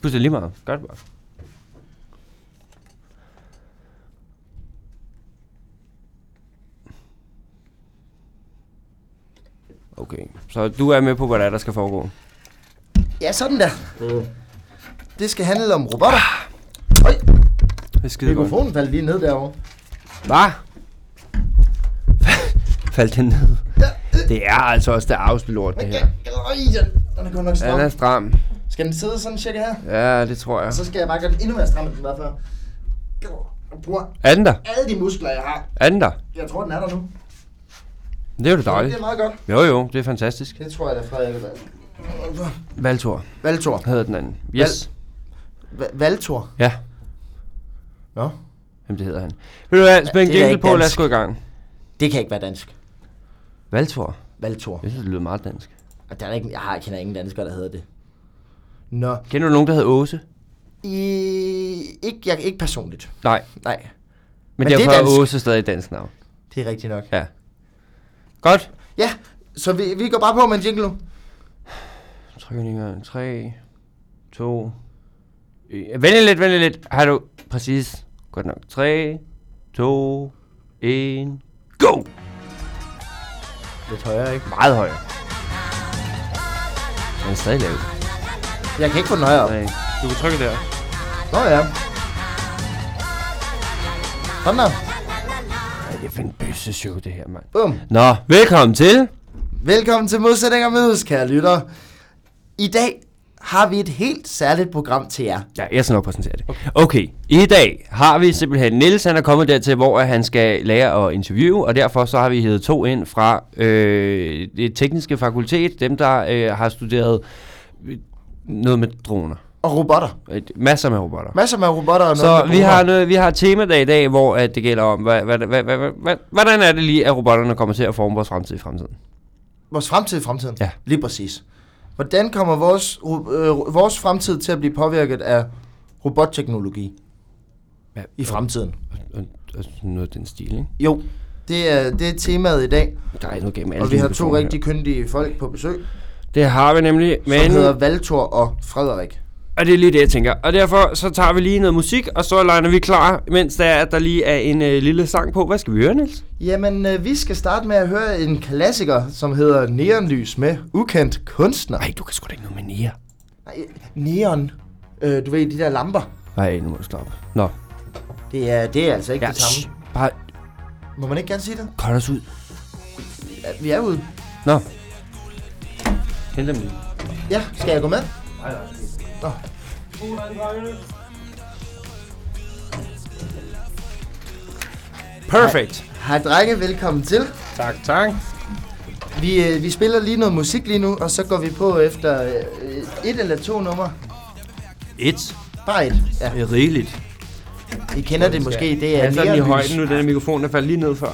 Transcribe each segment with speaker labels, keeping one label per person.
Speaker 1: Pludselig lige meget. Gør det bare. Okay, så du er med på, hvad der er, der skal foregå.
Speaker 2: Ja, sådan der.
Speaker 1: Mm.
Speaker 2: Det skal handle om robotter. Øj,
Speaker 1: Det er skide godt.
Speaker 2: mikrofonen faldt lige ned derovre.
Speaker 1: Hvad? Faldt den ned?
Speaker 2: Ja, øh,
Speaker 1: Det er altså også det arveslort, det her.
Speaker 2: okay. Øj, den- den er godt nok
Speaker 1: Den
Speaker 2: stram.
Speaker 1: er stram.
Speaker 2: Skal den sidde sådan cirka her?
Speaker 1: Ja, det tror jeg.
Speaker 2: Og så skal jeg bare gøre den endnu mere stram, end den var før. Jeg bruger
Speaker 1: Er den der?
Speaker 2: alle de muskler, jeg har.
Speaker 1: Er den der?
Speaker 2: Jeg tror, den er der nu.
Speaker 1: Det er jo det
Speaker 2: Det
Speaker 1: dejligt.
Speaker 2: er meget godt.
Speaker 1: Jo jo, det er fantastisk.
Speaker 2: Det tror jeg, der er Frederik.
Speaker 1: Valtor
Speaker 2: Valtor.
Speaker 1: hedder den anden. Yes.
Speaker 2: Valtor.
Speaker 1: Ja.
Speaker 2: Nå.
Speaker 1: Jamen, det hedder han. Vil du hvad, spænd
Speaker 2: det er
Speaker 1: jingle
Speaker 2: ikke
Speaker 1: på, lad os
Speaker 2: dansk.
Speaker 1: gå i gang.
Speaker 2: Det kan ikke være dansk.
Speaker 1: Valtor.
Speaker 2: Valtor.
Speaker 1: Jeg synes, det lyder meget dansk.
Speaker 2: Og der er ikke, jeg har, kender ingen danskere, der hedder det. Nå.
Speaker 1: Kender du nogen, der hedder Åse?
Speaker 2: I, ikke, jeg, ikke personligt.
Speaker 1: Nej,
Speaker 2: Nej.
Speaker 1: men, men
Speaker 2: det er
Speaker 1: derfor er
Speaker 2: dansk.
Speaker 1: Åse stadig et dansk navn.
Speaker 2: Det er rigtigt nok.
Speaker 1: Ja. Godt.
Speaker 2: Ja, så vi, vi går bare på med en jingle nu.
Speaker 1: Trykninger. 3, 2, Vælg Øh, lidt, vælg lidt. Har du præcis? Godt nok. 3, 2, 1, go!
Speaker 2: Lidt højere, ikke?
Speaker 1: Meget højere. Den er stadig lav.
Speaker 2: Jeg kan ikke få den højere op.
Speaker 1: Nej. Du kan trykke der.
Speaker 2: Nå ja. Sådan der.
Speaker 1: Ej, det er fandme bøsse show, det her, mand.
Speaker 2: Bum.
Speaker 1: Nå, velkommen til.
Speaker 2: Velkommen til Modsætninger Mødes, kære lytter. I dag har vi et helt særligt program til jer.
Speaker 1: Ja, jeg skal nok præsentere det. Okay. okay, i dag har vi simpelthen, Niels han er kommet dertil, hvor at han skal lære at interviewe, og derfor så har vi hævet to ind fra øh, det tekniske fakultet, dem der øh, har studeret øh, noget med droner.
Speaker 2: Og robotter.
Speaker 1: Øh, Masser med robotter.
Speaker 2: Masser af robotter og noget
Speaker 1: Så
Speaker 2: med
Speaker 1: vi har,
Speaker 2: droner.
Speaker 1: noget, vi har et temadag i dag, hvor at det gælder om, hvad, hvad, hvad, hvad, hvad, hvad, hvordan er det lige, at robotterne kommer til at forme vores fremtid i fremtiden?
Speaker 2: Vores fremtid i fremtiden.
Speaker 1: Ja.
Speaker 2: Lige præcis. Hvordan kommer vores, ro- øh, vores fremtid til at blive påvirket af robotteknologi
Speaker 1: Ja.
Speaker 2: i fremtiden?
Speaker 1: Og, og sådan noget af den stil, ikke?
Speaker 2: Jo, det er, det er temaet i dag,
Speaker 1: Der er noget gennem alle
Speaker 2: og vi
Speaker 1: dine
Speaker 2: har to
Speaker 1: mikrofoner her.
Speaker 2: rigtig kyndige folk på besøg,
Speaker 1: Det har vi nemlig,
Speaker 2: Men... som
Speaker 1: men...
Speaker 2: hedder Valtor og Frederik.
Speaker 1: Og det er lige det, jeg tænker. Og derfor så tager vi lige noget musik, og så legner vi klar, mens der, er, at der lige er en øh, lille sang på. Hvad skal vi høre, Niels?
Speaker 2: Jamen, øh, vi skal starte med at høre en klassiker, som hedder Neonlys med ukendt kunstner.
Speaker 1: Nej, du kan sgu da ikke noget med Nia.
Speaker 2: Nej, neon. Øh, du ved, de der lamper.
Speaker 1: Nej, nu må du stoppe. Nå,
Speaker 2: Det er, det er altså ikke
Speaker 1: ja,
Speaker 2: ja, det
Speaker 1: shh,
Speaker 2: samme.
Speaker 1: bare
Speaker 2: Må man ikke gerne sige det?
Speaker 1: cut os ud.
Speaker 2: Ja, vi er ude.
Speaker 1: Nå. Hent dem lige.
Speaker 2: Ja, skal jeg gå med?
Speaker 1: Perfect.
Speaker 2: Hej drenge, velkommen til.
Speaker 3: Tak, tak.
Speaker 2: Vi, øh, vi spiller lige noget musik lige nu, og så går vi på efter øh, et eller to numre.
Speaker 1: Et.
Speaker 2: Bare et. Ja,
Speaker 1: Det er rigeligt.
Speaker 2: I kender det måske, det er
Speaker 1: Jeg tager den i højden
Speaker 2: neonlys.
Speaker 1: nu, den her mikrofon, der faldt lige ned før.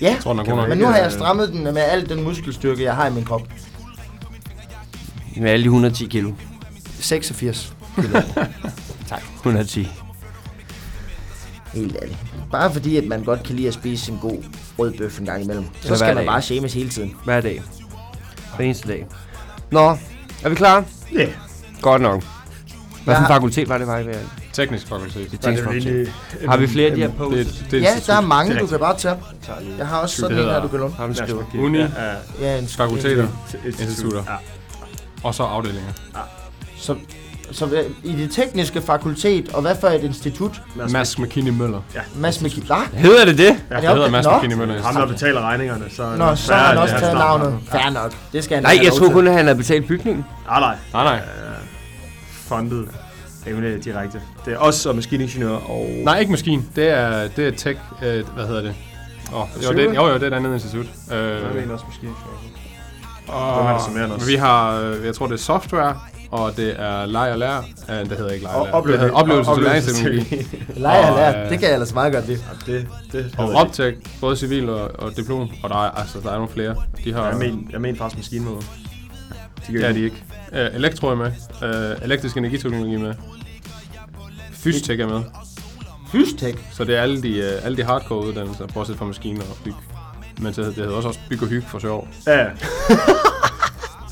Speaker 2: Ja,
Speaker 3: Tror nok, hun
Speaker 2: men nu har jeg strammet den med al den muskelstyrke, jeg har i min krop.
Speaker 1: Med alle de 110 kilo.
Speaker 2: 86.
Speaker 1: 110.
Speaker 2: Helt ærligt. Bare fordi, at man godt kan lide at spise en god rød bøf en gang imellem. Så
Speaker 1: hver
Speaker 2: skal man
Speaker 1: dag.
Speaker 2: bare shames hele tiden.
Speaker 1: Hver dag. Hver eneste dag. Nå, er vi klar?
Speaker 3: Ja. Yeah.
Speaker 1: Godt nok. Hvad for
Speaker 2: Jeg
Speaker 1: en
Speaker 2: har-
Speaker 1: fakultet var det, var I ved?
Speaker 3: Teknisk fakultet.
Speaker 1: Det tænkte jeg faktisk. Har vi flere af de her posts?
Speaker 3: Det, det
Speaker 2: Ja, der er
Speaker 3: det
Speaker 2: mange,
Speaker 3: er
Speaker 2: du kan bare tage.
Speaker 4: lige-
Speaker 2: Jeg har også sådan en
Speaker 3: hedder-
Speaker 2: her, du kan låne.
Speaker 1: Har vi skrevet?
Speaker 3: Uni,
Speaker 2: Ja, en
Speaker 3: fakulteter, institutter.
Speaker 4: Institutter. Ja.
Speaker 3: og så afdelinger.
Speaker 2: Så, så hvad- i det tekniske fakultet, og hvad for et institut?
Speaker 3: Mads McKinney Møller. Ja,
Speaker 2: Mads Mikkel. Ah,
Speaker 1: Hedder det det?
Speaker 4: Ja,
Speaker 2: det
Speaker 3: jeg hedder Mads
Speaker 2: Nå.
Speaker 3: McKinney Møller.
Speaker 4: Ham, der betaler regningerne, så...
Speaker 2: nå, så har han også taget navnet. Fair nok. Det skal han
Speaker 1: Nej,
Speaker 2: have
Speaker 1: jeg
Speaker 2: lov
Speaker 1: troede
Speaker 2: til.
Speaker 1: kun, at han havde betalt bygningen.
Speaker 4: Nej, nej. øh,
Speaker 3: Nej, nej.
Speaker 4: Fundet emne direkte. Det er os og maskiningeniør og...
Speaker 3: Nej, ikke maskin. Det er, det er tech, øh, hvad hedder det? Oh, jo, det, jo, jo, det er et andet institut. Øh,
Speaker 4: Jeg mener også maskiningeniør.
Speaker 3: og,
Speaker 4: er det, som er ellers?
Speaker 3: vi har, øh, jeg tror det er software, og det er leg og lær. Øh, det hedder ikke leg
Speaker 4: Og
Speaker 3: og lær.
Speaker 4: oplevelse-
Speaker 3: Det hedder oplevelse
Speaker 4: og
Speaker 3: til læringsteknologi.
Speaker 4: oplevelsesteknologi.
Speaker 2: Lej og
Speaker 3: Og,
Speaker 2: lær.
Speaker 3: øh,
Speaker 2: Det kan jeg ellers meget godt lide.
Speaker 4: Ja, det, det
Speaker 3: Og
Speaker 4: hedder det.
Speaker 3: optag, både civil og, og diplom. Og der er, altså, der er nogle flere. De har,
Speaker 4: Jeg mener, jeg mener faktisk maskinmåder. De
Speaker 3: Det er de ikke. Øh, elektro er med. Øh, elektrisk energiteknologi er med. Fystek er med.
Speaker 2: Fystek.
Speaker 3: Så det er alle de, øh, alle de hardcore uddannelser, bortset fra maskiner og byg. Men det, det hedder også, også byg og hyg for sjov.
Speaker 4: Ja, ja.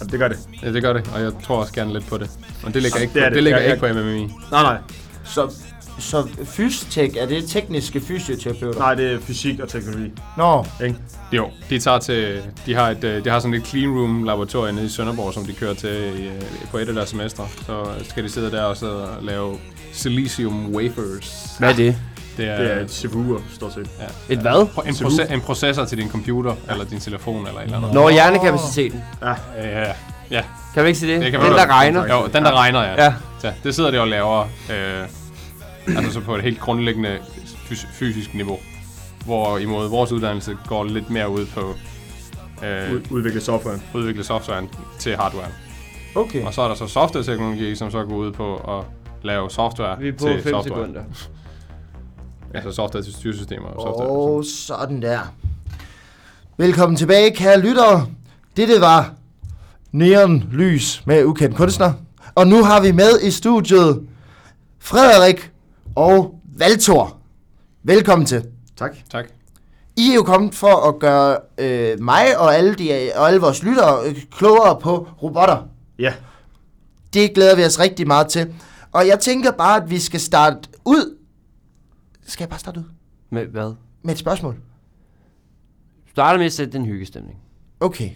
Speaker 4: Jamen, det gør det.
Speaker 3: Ja, det gør det, og jeg tror også gerne lidt på det. Men det ligger
Speaker 4: Jamen, det
Speaker 3: ikke, det,
Speaker 4: er
Speaker 3: det.
Speaker 4: det.
Speaker 3: det ligger
Speaker 4: Jeg er
Speaker 3: ikke på E. MMI.
Speaker 4: Nej, nej.
Speaker 2: Så, så fystek, er det tekniske fysioterapeuter?
Speaker 4: Nej, det er fysik og teknologi.
Speaker 2: Nå,
Speaker 4: Ikke?
Speaker 3: Jo, de tager til, de har, et, øh, de har sådan et clean room laboratorium nede i Sønderborg, som de kører til i, øh, på et af deres semestre. Så skal de sidde der og sidde og lave silicium wafers.
Speaker 1: Hvad er det?
Speaker 3: Det er,
Speaker 4: Det er CVU'er, stort set.
Speaker 3: ja,
Speaker 1: Et hvad?
Speaker 3: en, proce- en processor til din computer, eller din telefon, eller et eller andet.
Speaker 1: Nå, hjernekapaciteten.
Speaker 3: Ja, ja.
Speaker 1: Kan vi ikke se det?
Speaker 3: Det kan man
Speaker 1: den,
Speaker 3: godt.
Speaker 1: der regner.
Speaker 3: Jo, den der regner, ja.
Speaker 1: Ja.
Speaker 3: ja. Det sidder det og laver, øh, altså så på et helt grundlæggende fys- fysisk niveau. Hvor imod vores uddannelse går lidt mere ud på øh,
Speaker 4: U- udvikle softwaren.
Speaker 3: udvikle softwaren til hardware.
Speaker 2: okay.
Speaker 3: Og så er der så softwareteknologi, som så går ud på at lave software
Speaker 1: Vi er på 5
Speaker 3: til software.
Speaker 1: sekunder.
Speaker 3: Altså software til styresystemer og software.
Speaker 2: Og sådan der. Velkommen tilbage, kære lyttere. Dette var Neon Lys med ukendt kunstner. Og nu har vi med i studiet Frederik og Valtor. Velkommen til.
Speaker 4: Tak.
Speaker 3: Tak.
Speaker 2: I er jo kommet for at gøre øh, mig og alle, de, og alle vores lyttere øh, klogere på robotter.
Speaker 4: Ja,
Speaker 2: Det glæder vi os rigtig meget til. Og jeg tænker bare, at vi skal starte ud. Skal jeg bare starte ud?
Speaker 1: Med hvad?
Speaker 2: Med et spørgsmål.
Speaker 1: Starter med at sætte den hyggestemning.
Speaker 2: Okay.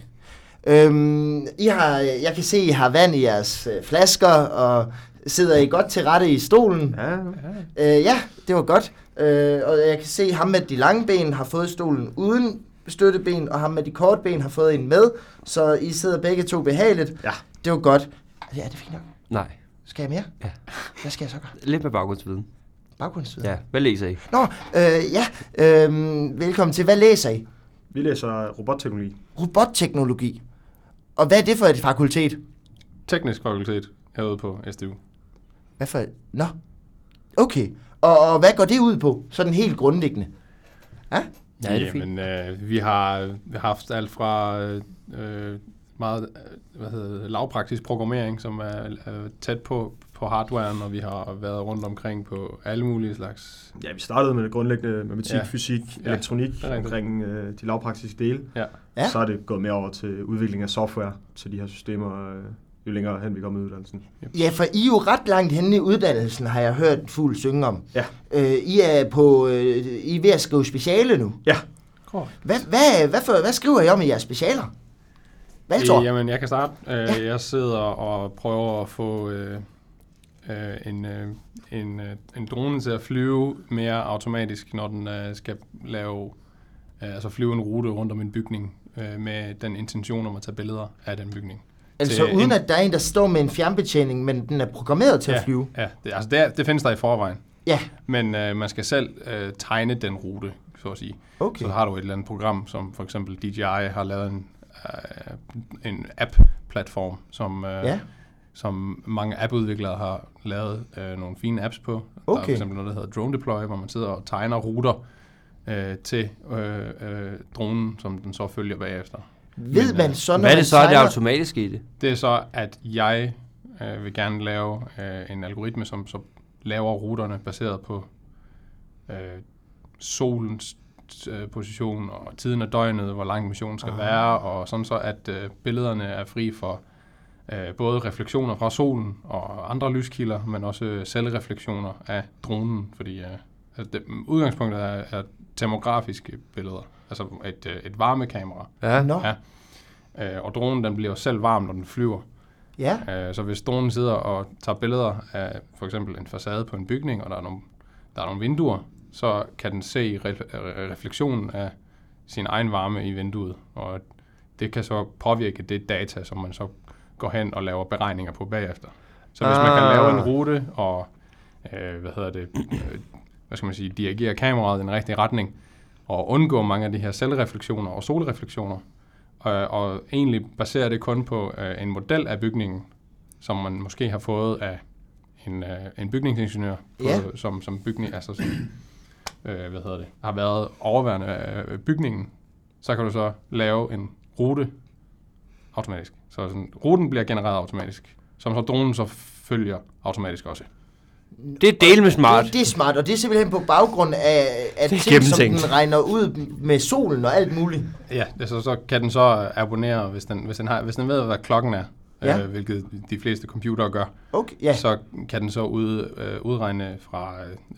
Speaker 2: Øhm, I har, jeg kan se, I har vand i jeres øh, flasker, og sidder I godt til rette i stolen.
Speaker 4: ja.
Speaker 2: Øh, ja, det var godt. Øh, og jeg kan se, at ham med de lange ben har fået stolen uden støtteben, og ham med de korte ben har fået en med, så I sidder begge to behageligt.
Speaker 4: Ja.
Speaker 2: Det var godt. Ja, det er fint nok.
Speaker 1: Nej.
Speaker 2: Skal jeg mere?
Speaker 1: Ja.
Speaker 2: Hvad skal jeg så gøre?
Speaker 1: Lidt med baggrundsviden.
Speaker 2: Baggrundsviden?
Speaker 1: Ja. Hvad læser I?
Speaker 2: Nå, øh, ja. Øh, velkommen til. Hvad læser I?
Speaker 4: Vi læser robotteknologi.
Speaker 2: Robotteknologi. Og hvad er det for et fakultet?
Speaker 3: Teknisk fakultet herude på SDU.
Speaker 2: Hvad for... Nå. Okay. Og, og hvad går det ud på? Sådan helt grundlæggende.
Speaker 1: Ja, det er fint.
Speaker 3: Jamen, øh, vi har haft alt fra øh, øh, meget øh, hvad hedder det, lavpraktisk programmering, som er øh, tæt på, på hardwaren, og vi har været rundt omkring på alle mulige slags...
Speaker 4: Ja, vi startede med det grundlæggende matematik,
Speaker 3: Ja.
Speaker 4: ja. fysik,
Speaker 3: Ja,
Speaker 4: ja.
Speaker 3: det
Speaker 4: elektronik
Speaker 3: er rigtigt.
Speaker 4: omkring øh, de lavpraktiske dele.
Speaker 3: Ja.
Speaker 2: Ja.
Speaker 4: Ja. Så er det gået mere over til udvikling af software til de her systemer, øh, jo længere hen vi kommer i uddannelsen.
Speaker 2: Ja, for I er jo ret langt henne i uddannelsen, har jeg hørt fuld synge om.
Speaker 4: Ja.
Speaker 2: Øh, I er på... Øh, I er ved at skrive speciale nu.
Speaker 4: Ja,
Speaker 2: Hvad, hvad, hvad, for, hvad skriver I om i jeres specialer? Valtor?
Speaker 3: Øh, Jamen, jeg kan starte. Øh,
Speaker 2: Ja.
Speaker 3: Jeg sidder og prøver at få øh, øh, en, øh, en, øh, en drone til at flyve mere automatisk, når den øh, skal lave, øh, altså flyve en rute rundt om en bygning øh, med den intention om at tage billeder af den bygning.
Speaker 2: altså
Speaker 3: til
Speaker 2: uden
Speaker 3: en-
Speaker 2: at der er en, der står med en fjernbetjening, men den er programmeret til
Speaker 3: ja,
Speaker 2: at flyve.
Speaker 3: Ja, det, altså det, er- det findes der i forvejen,
Speaker 2: Ja,
Speaker 3: men øh, man skal selv øh, tegne den rute, så at sige.
Speaker 2: okay.
Speaker 3: Så har du et eller andet program, som for eksempel DJI har lavet en, øh, en app-platform, som... Øh,
Speaker 2: Ja.
Speaker 3: som mange appudviklere har lavet øh, nogle fine apps på. Der er
Speaker 2: Okay.
Speaker 3: for eksempel noget, der hedder Drone Deploy, hvor man sidder og tegner ruter øh, til øh, øh, dronen, som den så følger bagefter.
Speaker 2: Ved
Speaker 3: Men,
Speaker 2: man
Speaker 3: øh,
Speaker 2: så, når
Speaker 1: Hvad er
Speaker 2: man
Speaker 1: det så, er det
Speaker 2: tegner-
Speaker 1: automatisk i det?
Speaker 3: Det er så, at jeg øh, vil gerne lave øh, en algoritme, som så laver ruterne baseret på øh, solens øh, position og tiden af døgnet, hvor lang missionen skal være, og sådan så, at øh, billederne er fri for øh, både refleksioner fra solen og andre lyskilder, men også øh, selvreflektioner af dronen, fordi øh, altså det, udgangspunktet er, er termografiske billeder, altså et, øh, et varmekamera.
Speaker 1: Ja.
Speaker 2: Nå,
Speaker 3: Ja. Øh, og dronen den bliver jo selv varm, når den flyver.
Speaker 2: ja.
Speaker 3: Øh, Så hvis dronen sidder og tager billeder af for eksempel en facade på en bygning, og der er nogle, der er nogle vinduer, så kan den se re- re- refleksionen af sin egen varme i vinduet, og det kan så påvirke det data, som man så går hen og laver beregninger på bagefter. Så hvis man kan
Speaker 1: Ah.
Speaker 3: lave en rute og øh, hvad hedder det, øh, hvad skal man sige, dirigere kameraet i den rigtige retning, og undgå mange af de her selvreflektioner og solreflektioner, øh, og egentlig baserer det kun på øh, en model af bygningen, som man måske har fået af en, øh, en bygningsingeniør, på,
Speaker 2: Ja.
Speaker 3: som, som bygning, altså som, øh, hvad hedder det, har været overværende af øh, bygningen, så kan du så lave en rute automatisk. Så sådan, ruten bliver genereret automatisk, som så dronen så følger automatisk også.
Speaker 1: Det er del med smart.
Speaker 2: Det, det er smart, og det er simpelthen på baggrund af, af
Speaker 1: Det er
Speaker 2: ting, som
Speaker 1: gennemtænkt.
Speaker 2: den regner ud med solen og alt muligt.
Speaker 3: Ja, altså, så kan den så øh, abonnere, hvis den, hvis den, har, hvis den ved, hvad klokken er,
Speaker 2: Ja.
Speaker 3: ja. øh, hvilket de fleste computere gør.
Speaker 2: Okay, ja.
Speaker 3: så kan den så ud, øh, udregne fra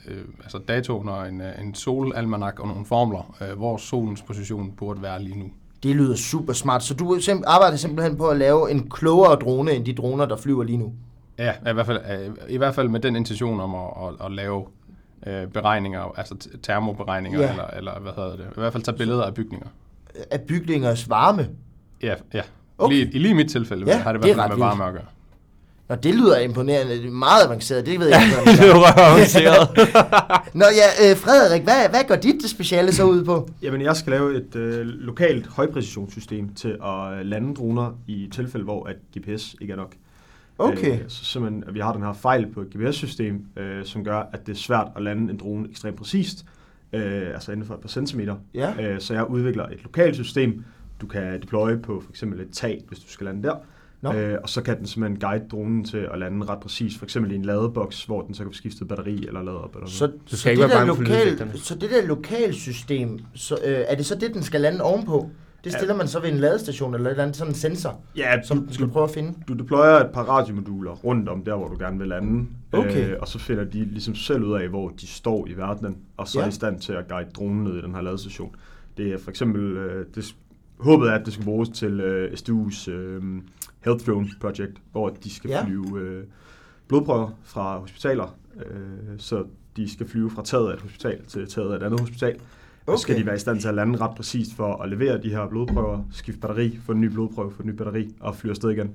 Speaker 3: øh, altså datoen og en, øh, en solalmanak og nogle formler, øh, hvor solens position burde være lige nu.
Speaker 2: Det lyder super smart, så du simp- arbejder simpelthen på at lave en klogere drone end de droner, der flyver lige nu.
Speaker 3: Ja, i hvert fald, øh, i hvert fald med den intention om at, at, at lave øh, beregninger, altså t- termoberegninger,
Speaker 2: Ja.
Speaker 3: ja. eller, eller hvad hedder det, i hvert fald tage billeder af bygninger.
Speaker 2: Af bygningers varme.
Speaker 3: Ja, ja.
Speaker 2: Okay.
Speaker 3: Okay. Lige, I lige mit tilfælde
Speaker 2: Ja,
Speaker 3: ja, har det i
Speaker 2: det er
Speaker 3: hvert fald
Speaker 2: ret
Speaker 3: med varme at gøre.
Speaker 2: Nå, det lyder imponerende. Det er meget avanceret, det ved jeg ikke.
Speaker 1: det
Speaker 2: hvordan
Speaker 1: er jo avanceret.
Speaker 2: det er. Nå ja, øh, Frederik, hvad, hvad går dit speciale så ud på?
Speaker 4: Jamen, jeg skal lave et øh, lokalt højpræcisionssystem til at lande droner i tilfælde, hvor at GPS ikke er nok.
Speaker 2: Okay.
Speaker 4: Øh, så simpelthen, at vi har den her fejl på et GPS-system, øh, som gør, at det er svært at lande en drone ekstremt præcist, øh, altså inden for et par centimeter.
Speaker 2: Ja.
Speaker 4: Øh, så jeg udvikler et lokalt system, du kan deploye på for eksempel et tag, hvis du skal lande der.
Speaker 2: Nå.
Speaker 4: Øh, og så kan den simpelthen guide dronen til at lande ret præcis, for eksempel i en ladeboks, hvor den så kan få skiftet batteri eller lade op. Eller
Speaker 2: Så,
Speaker 1: altså, skal
Speaker 2: så,
Speaker 1: ikke
Speaker 2: det
Speaker 1: være
Speaker 2: der
Speaker 1: bange for
Speaker 2: lokal,
Speaker 1: lydeffekterne.
Speaker 2: så det der lokalsystem, så, øh, er det så det, den skal lande ovenpå? Det stiller man så ved en ladestation eller et eller andet, sådan en sensor,
Speaker 4: Ja,
Speaker 2: som den skal prøve at finde.
Speaker 4: Du deployer et par radiomoduler rundt om der, hvor du gerne vil lande.
Speaker 2: Okay.
Speaker 4: Øh, og så finder de ligesom selv ud af, hvor de står i verdenen, og så
Speaker 2: Ja.
Speaker 4: er i stand til at guide dronen ned i den her ladestation. Det er for eksempel, øh, det, s- håbet er, at det skal bruges til øh, SDU's øh, Health Drone Project, hvor de skal
Speaker 2: Ja.
Speaker 4: ja. flyve øh, blodprøver fra hospitaler. Øh, så de skal flyve fra taget af et hospital til taget af et andet hospital. Okay. Og så skal
Speaker 2: Okay.
Speaker 4: de være i stand til at lande ret præcist for at levere de her blodprøver, skifte batteri, få en ny blodprøve, få en ny batteri og flyve afsted igen.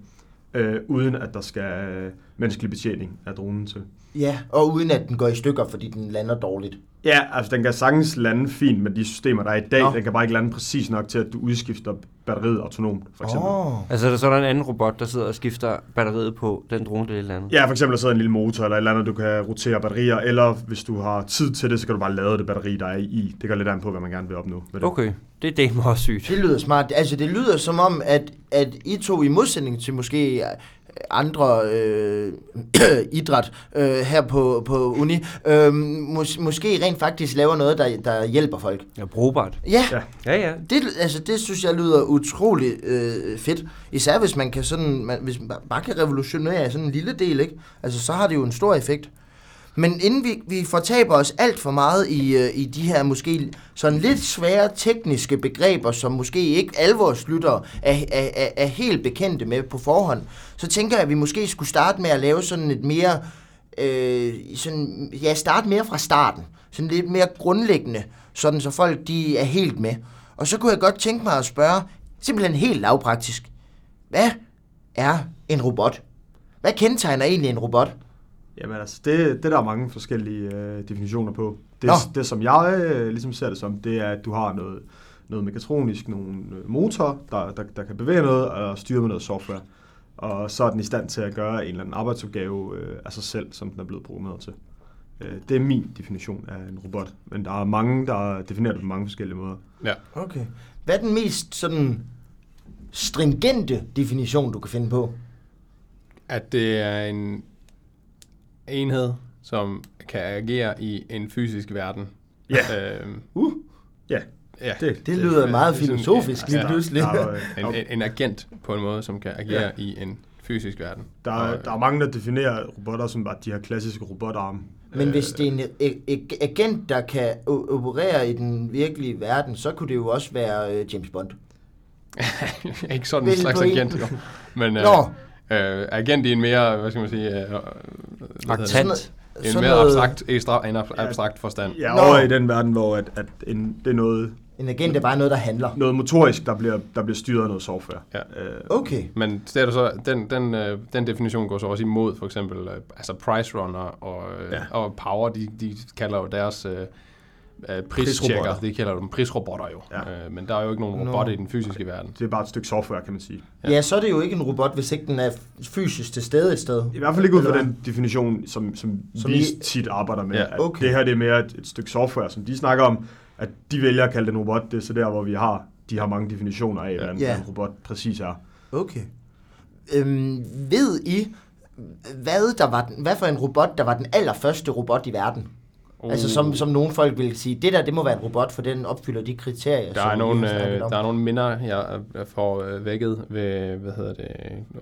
Speaker 4: Øh, uden at der skal øh, menneskelig betjening af dronen til.
Speaker 2: Ja, og uden at den går i stykker, fordi den lander dårligt.
Speaker 4: Ja, altså den kan sagtens lande fint med de systemer, der er i dag.
Speaker 2: Nå.
Speaker 4: Nå. Den kan bare ikke lande præcis nok til, at du udskifter batteriet autonomt, for eksempel. Oh.
Speaker 2: Åh.
Speaker 1: altså, der, så er der en anden robot, der sidder og skifter batteriet på den drone, det er et eller andet.
Speaker 4: Ja, for eksempel der sidder en lille motor eller et eller andet, du kan rotere batterier, eller hvis du har tid til det, så kan du bare lade det batteri, der er i. Det går lidt an på, hvad man gerne vil opnå med det.
Speaker 1: Okay, det er det også sygt.
Speaker 2: Det lyder smart. Altså, det lyder som om, at, at I to i modsætning til måske øh, andre øh, idræt øh, her på, på uni, øh, mås- måske rent faktisk laver noget, der, der hjælper folk.
Speaker 1: Ja, brugbart.
Speaker 2: Ja,
Speaker 4: Ja.
Speaker 1: Ja, ja.
Speaker 2: det, altså, det synes jeg lyder utrolig øh, fedt. Især hvis man kan sådan, man, hvis man bare kan revolutionere sådan en lille del, ikke? Altså, så har det jo en stor effekt. Men inden vi, vi fortaber os alt for meget i, øh, i de her måske sådan lidt svære tekniske begreber, som måske ikke alle vores lyttere er, er, er, er helt bekendte med på forhånd, så tænker jeg, at vi måske skulle starte med at lave sådan et mere, øh, sådan, ja, starte mere fra starten. Sådan lidt mere grundlæggende, sådan så folk de er helt med. Og så kunne jeg godt tænke mig at spørge, simpelthen helt lavpraktisk, hvad er en robot? Hvad kendetegner egentlig en robot?
Speaker 4: Jamen altså, det, det der er mange forskellige øh, definitioner på. Det,
Speaker 2: Nå.
Speaker 4: det som jeg øh, ligesom ser det som, det er, at du har noget, noget mekatronisk, nogle øh, motor, der, der, der kan bevæge noget og styre med noget software. Og så er den i stand til at gøre en eller anden arbejdsopgave øh, af sig selv, som den er blevet programmeret til. Øh, det er min definition af en robot, men der er mange, der definerer det på mange forskellige måder.
Speaker 3: Ja.
Speaker 2: Okay. Hvad er den mest sådan stringente definition, du kan finde på?
Speaker 3: At det er en enhed, som kan agere i en fysisk verden.
Speaker 4: Ja.
Speaker 3: Øh,
Speaker 4: Uh! Ja,
Speaker 3: ja.
Speaker 4: det,
Speaker 2: Det lyder meget
Speaker 3: sådan-
Speaker 2: filosofisk lige
Speaker 3: ja.
Speaker 2: pludselig.
Speaker 4: der, er, jo, øh,
Speaker 3: En, en, en agent på en måde, som kan agere ja. i en fysisk verden.
Speaker 4: der, er,
Speaker 3: Og,
Speaker 4: der er mange, der definerer robotter som bare de her klassiske robotarme.
Speaker 2: Men
Speaker 3: Øh,
Speaker 2: hvis det er en a- a- agent, der kan o- operere i den virkelige verden, så kunne det jo også være øh, James Bond.
Speaker 3: øh, ikke sådan en
Speaker 2: Vel
Speaker 3: slags
Speaker 2: på en-
Speaker 3: agent, jo. Men øh,
Speaker 2: Nå.
Speaker 3: øh, agent i en mere, hvad skal man sige, øh, øh, hvad hedder
Speaker 1: Aktant.
Speaker 3: det? en mere abstrakt, ekstra, en ab-
Speaker 4: Ja.
Speaker 3: abstrakt forstand.
Speaker 4: Ja,
Speaker 2: Nå.
Speaker 4: over i den verden, hvor at, at en, det er noget,
Speaker 2: En agent er bare noget, der handler.
Speaker 4: noget motorisk, der bliver, der bliver styret af noget software.
Speaker 3: Ja.
Speaker 4: Øh,
Speaker 2: Okay.
Speaker 3: Men det er der så, den, den, øh, den definition går så også imod for eksempel øh, altså price runner og, øh,
Speaker 4: Ja.
Speaker 3: ja. og power, de, de kalder jo deres øh, øh, pristjekker,
Speaker 4: Prisrobotter.
Speaker 3: de kalder dem prisrobotter jo.
Speaker 4: Ja.
Speaker 3: Ja. Øh, men der er jo ikke nogen
Speaker 2: Nå.
Speaker 3: robotter i den fysiske verden.
Speaker 4: det er bare et stykke software, kan man sige.
Speaker 2: Ja. ja, så er det jo ikke en robot, hvis ikke den er fysisk til stede et sted.
Speaker 4: I hvert fald ikke ud fra
Speaker 2: Eller
Speaker 4: den definition, som, som,
Speaker 2: Som
Speaker 4: som vi
Speaker 2: I-
Speaker 4: tit arbejder med.
Speaker 3: Ja,
Speaker 4: At
Speaker 2: okay.
Speaker 4: Det her det er mere et, et stykke software, som de snakker om, at de vælger at kalde det en robot. Det er så der, hvor vi har de har mange definitioner af, hvad en,
Speaker 2: Ja.
Speaker 4: hvad en robot præcis er.
Speaker 2: Okay. Øhm, ved I, hvad, der var den, hvad for en robot, der var den allerførste robot i verden? Oh.
Speaker 3: Uh.
Speaker 2: Altså som, som nogle folk vil sige, det der, det må være en robot, for den opfylder de kriterier,
Speaker 3: Der
Speaker 2: som
Speaker 3: er,
Speaker 2: vi
Speaker 3: nogle,
Speaker 2: har snakket
Speaker 3: øh,
Speaker 2: om.
Speaker 3: der er nogle minder, jeg øh, får øh, vækket ved, hvad hedder det,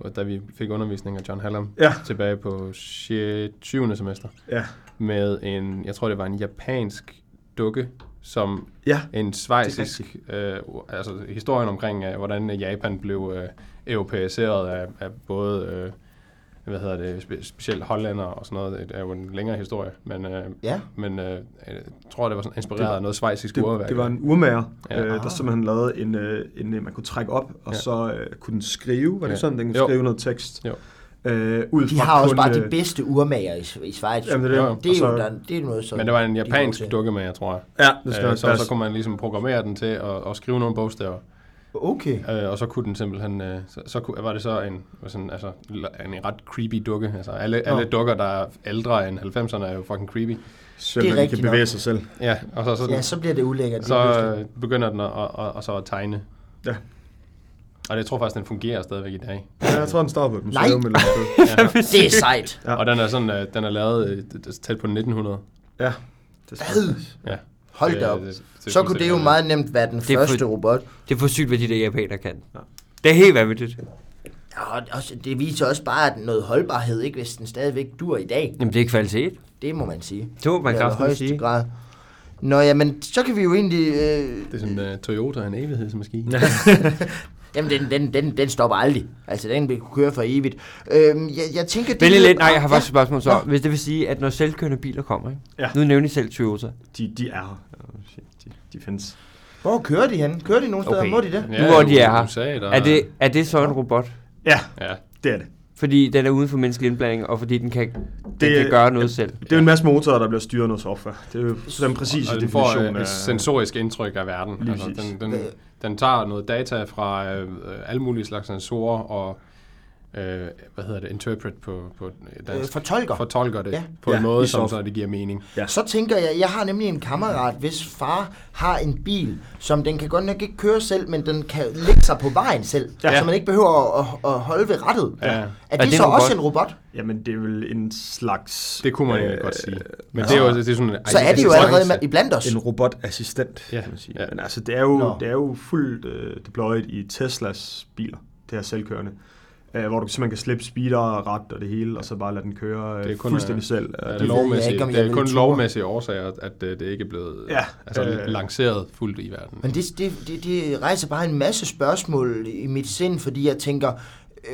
Speaker 3: øh, da vi fik undervisning af John Hallam
Speaker 4: Ja.
Speaker 3: tilbage på 20. semester
Speaker 4: Ja.
Speaker 3: med en, jeg tror det var en japansk dukke, som
Speaker 4: Ja.
Speaker 3: en svejsisk, øh, altså historien omkring, øh, hvordan Japan blev øh, europæiseret af, af både, øh, hvad hedder det, spe, specielt Hollander og sådan noget, det er jo en længere historie, men, øh,
Speaker 2: Ja.
Speaker 3: men øh, jeg tror, det var sådan inspireret
Speaker 4: Det-
Speaker 3: af noget svejsisk
Speaker 4: Det,
Speaker 3: urværk.
Speaker 4: det var en urmager,
Speaker 3: Ja.
Speaker 4: ja. øh, der simpelthen lavede en, øh, en, øh, man kunne trække op, og
Speaker 3: Ja.
Speaker 4: ja. så øh, kunne den skrive, var det
Speaker 3: Ja.
Speaker 4: ja. sådan, den kunne
Speaker 3: Jo.
Speaker 4: skrive noget tekst.
Speaker 3: Jo.
Speaker 4: Øh, ud
Speaker 2: De
Speaker 4: fra
Speaker 2: har også
Speaker 4: kun,
Speaker 2: bare de
Speaker 4: øh,
Speaker 2: bedste urmager i, i Schweiz.
Speaker 4: Jamen, det er
Speaker 3: Jo,
Speaker 4: det.
Speaker 2: det, er
Speaker 4: Og
Speaker 2: jo,
Speaker 4: så-
Speaker 2: der, det er noget, som...
Speaker 3: Men det var en
Speaker 2: de er gode
Speaker 3: japansk
Speaker 2: til.
Speaker 3: dukke med, jeg tror.
Speaker 4: Ja, det skal
Speaker 3: Øh,
Speaker 4: også
Speaker 3: så, så
Speaker 4: passe.
Speaker 3: kunne man ligesom programmere den til at, at skrive nogle bogstaver,
Speaker 2: Okay.
Speaker 3: øh, og så kunne den simpelthen, øh, så, så kunne, var det så en, sådan, altså, en ret creepy dukke. Altså, alle, alle dukker, der er ældre end 90'erne, er jo fucking creepy.
Speaker 4: Så
Speaker 2: Det er
Speaker 4: man kan
Speaker 2: rigtigt
Speaker 4: bevæge
Speaker 2: nok.
Speaker 4: sig selv.
Speaker 3: Ja, og så, så,
Speaker 2: Ja, så bliver det ulækkert. lige
Speaker 3: så
Speaker 2: pludselig.
Speaker 3: øh, begynder den at, at, at, at, så at tegne.
Speaker 4: Ja.
Speaker 3: Og det jeg tror faktisk, den fungerer stadigvæk i dag.
Speaker 4: Ja, jeg tror, den starter på et
Speaker 2: Nej.
Speaker 4: museum eller noget.
Speaker 2: Det er sejt.
Speaker 4: Ja.
Speaker 3: Og den er, sådan, øh, den er lavet øh, d- d- tæt på 1900.
Speaker 4: Ja. Det er
Speaker 3: Ja.
Speaker 2: Hold
Speaker 3: Det-
Speaker 2: da op.
Speaker 3: det- det er
Speaker 2: Så kunne det jo
Speaker 3: fuldstændig-
Speaker 2: meget nemt være den
Speaker 1: er for-
Speaker 2: første robot.
Speaker 1: Det er for sygt, hvad de der japanere kan. Det er helt vanvittigt.
Speaker 2: Og også, det viser også bare at noget holdbarhed, ikke, hvis den stadigvæk dur i dag.
Speaker 1: Jamen, det er kvalitet.
Speaker 2: Det må man sige.
Speaker 1: Det må man
Speaker 2: I
Speaker 1: kraftigt
Speaker 2: allerhøjeste
Speaker 1: sige.
Speaker 2: Grad. Nå, jamen, så kan vi jo egentlig... Øh,
Speaker 3: Det er sådan, uh, Toyota er en evighedsmaskine.
Speaker 2: jamen, den, den, den, den stopper aldrig. Altså, den vil kunne køre for evigt. Øhm, jeg, jeg tænker... det
Speaker 1: Vælge
Speaker 2: lyder-
Speaker 1: lidt, nej, jeg har
Speaker 2: Ja.
Speaker 1: faktisk et spørgsmål så.
Speaker 2: Nå.
Speaker 1: Hvis det vil sige, at når selvkørende biler kommer, ikke?
Speaker 4: Ja.
Speaker 1: nu nævner I selv Toyota.
Speaker 4: De, de er her. De, de findes.
Speaker 2: Hvor kører de hen? Kører de nogen steder?
Speaker 1: Okay.
Speaker 2: Må de det?
Speaker 1: Nu hvor de
Speaker 3: i
Speaker 1: er her.
Speaker 3: USA, der,
Speaker 1: Er det, er det så en robot?
Speaker 4: Ja,
Speaker 3: Ja,
Speaker 4: det er det.
Speaker 1: Fordi den er uden for menneskelig indblanding, og fordi den kan, det, den
Speaker 4: Det-
Speaker 1: kan gøre noget selv.
Speaker 4: Det er jo en masse motorer, der bliver styret af noget software. Det er jo den præcise
Speaker 3: og den får
Speaker 4: definition
Speaker 3: øh,
Speaker 4: af...
Speaker 3: et sensorisk indtryk af verden.
Speaker 4: Lige
Speaker 3: Altså,
Speaker 4: præcis.
Speaker 3: den, den, den tager noget data fra øh, øh, alle mulige slags sensorer og, øh, hvad hedder det, interpret på, på
Speaker 2: Øh,
Speaker 3: dansk.
Speaker 2: fortolker.
Speaker 3: fortolker det
Speaker 2: Ja.
Speaker 3: på en
Speaker 4: Ja,
Speaker 3: måde,
Speaker 4: i
Speaker 3: som
Speaker 4: soft.
Speaker 3: så det giver mening.
Speaker 2: Så tænker jeg, jeg har nemlig en kammerat, hvis far har en bil, som den kan godt nok ikke køre selv, men den kan lægge sig på vejen selv, ja.
Speaker 4: Ja.
Speaker 2: så man ikke behøver at, at, at holde ved rettet.
Speaker 3: Ja.
Speaker 2: Er det,
Speaker 1: Er det en
Speaker 2: så
Speaker 1: robot?
Speaker 2: også en robot?
Speaker 4: Jamen, det er vel en slags... øh,
Speaker 3: Det kunne man egentlig godt sige. Men det er jo det er sådan,
Speaker 2: Så er det jo allerede med, iblandt os.
Speaker 4: En robotassistent,
Speaker 3: Ja,
Speaker 4: kan man sige.
Speaker 3: ja.
Speaker 4: Ja. Men altså, det er jo,
Speaker 2: Nå.
Speaker 4: det er jo fuldt øh, deployed i Teslas biler, det her selvkørende. Øh, hvor du simpelthen kan slippe speeder og ret og det hele, og så bare lade den køre øh,
Speaker 3: Det er kun,
Speaker 4: fuldstændig
Speaker 3: øh,
Speaker 4: selv. Øh,
Speaker 3: Det
Speaker 4: det-
Speaker 3: er, lovmæssige,
Speaker 2: ikke, om
Speaker 3: det
Speaker 2: jeg
Speaker 3: er
Speaker 2: vil
Speaker 3: kun
Speaker 2: ture.
Speaker 3: lovmæssige årsager, at øh, det ikke er blevet øh,
Speaker 4: Ja,
Speaker 3: altså,
Speaker 4: øh.
Speaker 3: lanceret fuldt i verden.
Speaker 2: Men det, det, det, det rejser bare en masse spørgsmål i mit sind, fordi jeg tænker,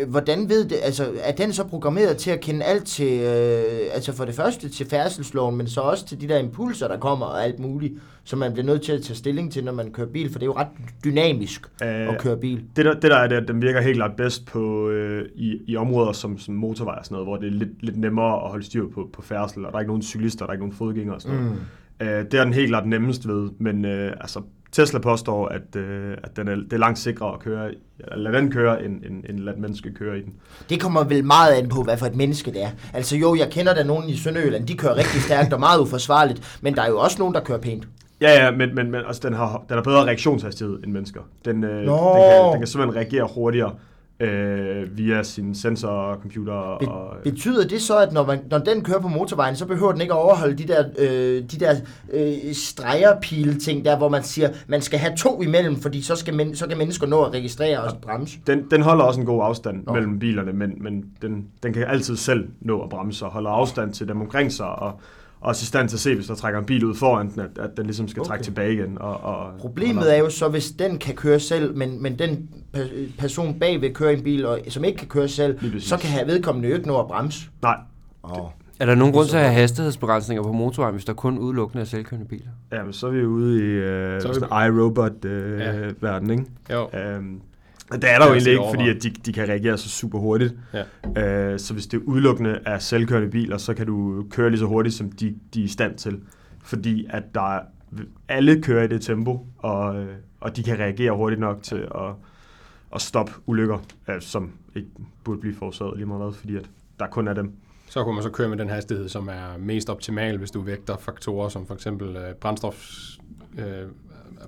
Speaker 2: øh, hvordan ved det, altså er den så programmeret til at kende alt til, øh, altså for det første til færdselsloven, men så også til de der impulser, der kommer og alt muligt, som man bliver nødt til at tage stilling til, når man kører bil, for det er jo ret dynamisk øh,
Speaker 4: Øh,
Speaker 2: at køre bil.
Speaker 4: Det der, det der er, det er, at den virker helt klart bedst på, øh, i, i områder som, som motorvej og sådan noget, hvor det er lidt, lidt nemmere at holde styr på, på færdsel, og der er ikke nogen cyklister, der er ikke nogen fodgængere og sådan noget. Mm. Øh, det er den helt klart nemmest ved, men øh, altså, Tesla påstår, at, øh, at den er, det er langt sikrere at køre, at lade den køre, end, end, end lade et menneske køre i den.
Speaker 2: Det kommer vel meget an på, hvad for et menneske det er. Altså jo, jeg kender da nogen i Sønderjylland, de kører rigtig stærkt og meget uforsvarligt, men der er jo også nogen, der kører pænt.
Speaker 4: Ja, ja, men, men, men altså, den, har, den har bedre reaktionshastighed end mennesker. Den, øh, den,
Speaker 2: Nå.
Speaker 4: kan, den kan simpelthen reagere hurtigere øh, via sine sensorer, computer
Speaker 2: Be-
Speaker 3: øh,
Speaker 4: og...
Speaker 2: Betyder det så, at når, man, når den kører på motorvejen, så behøver den ikke at overholde de der, øh, de der øh, stregerpile ting der, hvor man siger, man skal have to imellem, fordi så, skal men, så kan mennesker nå at registrere og bremse.
Speaker 4: Den, den holder også en god afstand Nå. mellem bilerne, men, men den, den kan altid selv nå at bremse og holde afstand til dem omkring sig, og, og er i stand til at se, hvis der trækker en bil ud foran den, at, at den ligesom skal okay. trække tilbage igen. Og, og,
Speaker 2: Problemet er jo så, hvis den kan køre selv, men, men den pe- person bagved kører en bil, og, som ikke kan køre
Speaker 4: Lige
Speaker 2: selv,
Speaker 4: præcis.
Speaker 2: så kan have vedkommende jo ikke nå at bremse.
Speaker 4: Nej,
Speaker 2: Oh.
Speaker 1: Er der nogen grund til at have hastighedsbegrænsninger på motorvejen, hvis der kun udelukkende er selvkørende biler?
Speaker 4: jamen, så er vi jo ude i øh,
Speaker 3: Så er vi-
Speaker 4: sådan iRobot-verden,
Speaker 3: Ja.
Speaker 4: øh, verden, ikke?
Speaker 3: Jo.
Speaker 4: Øhm, og det er der jo
Speaker 3: er
Speaker 4: egentlig
Speaker 3: set
Speaker 4: ikke, fordi at de, de kan reagere så super hurtigt. Ja. Øh, så hvis det udelukkende er selvkørende biler, så kan du køre lige så hurtigt, som de, de er i stand til. Fordi at der er, alle kører i det tempo, og, øh, og de kan reagere hurtigt nok til at, at stoppe ulykker, øh, som ikke burde blive forårsaget lige meget, hvad, fordi at der kun er dem.
Speaker 3: Så kunne man så køre med den hastighed, som er mest optimal, hvis du vægter faktorer som for eksempel øh, brændstofsbrug øh,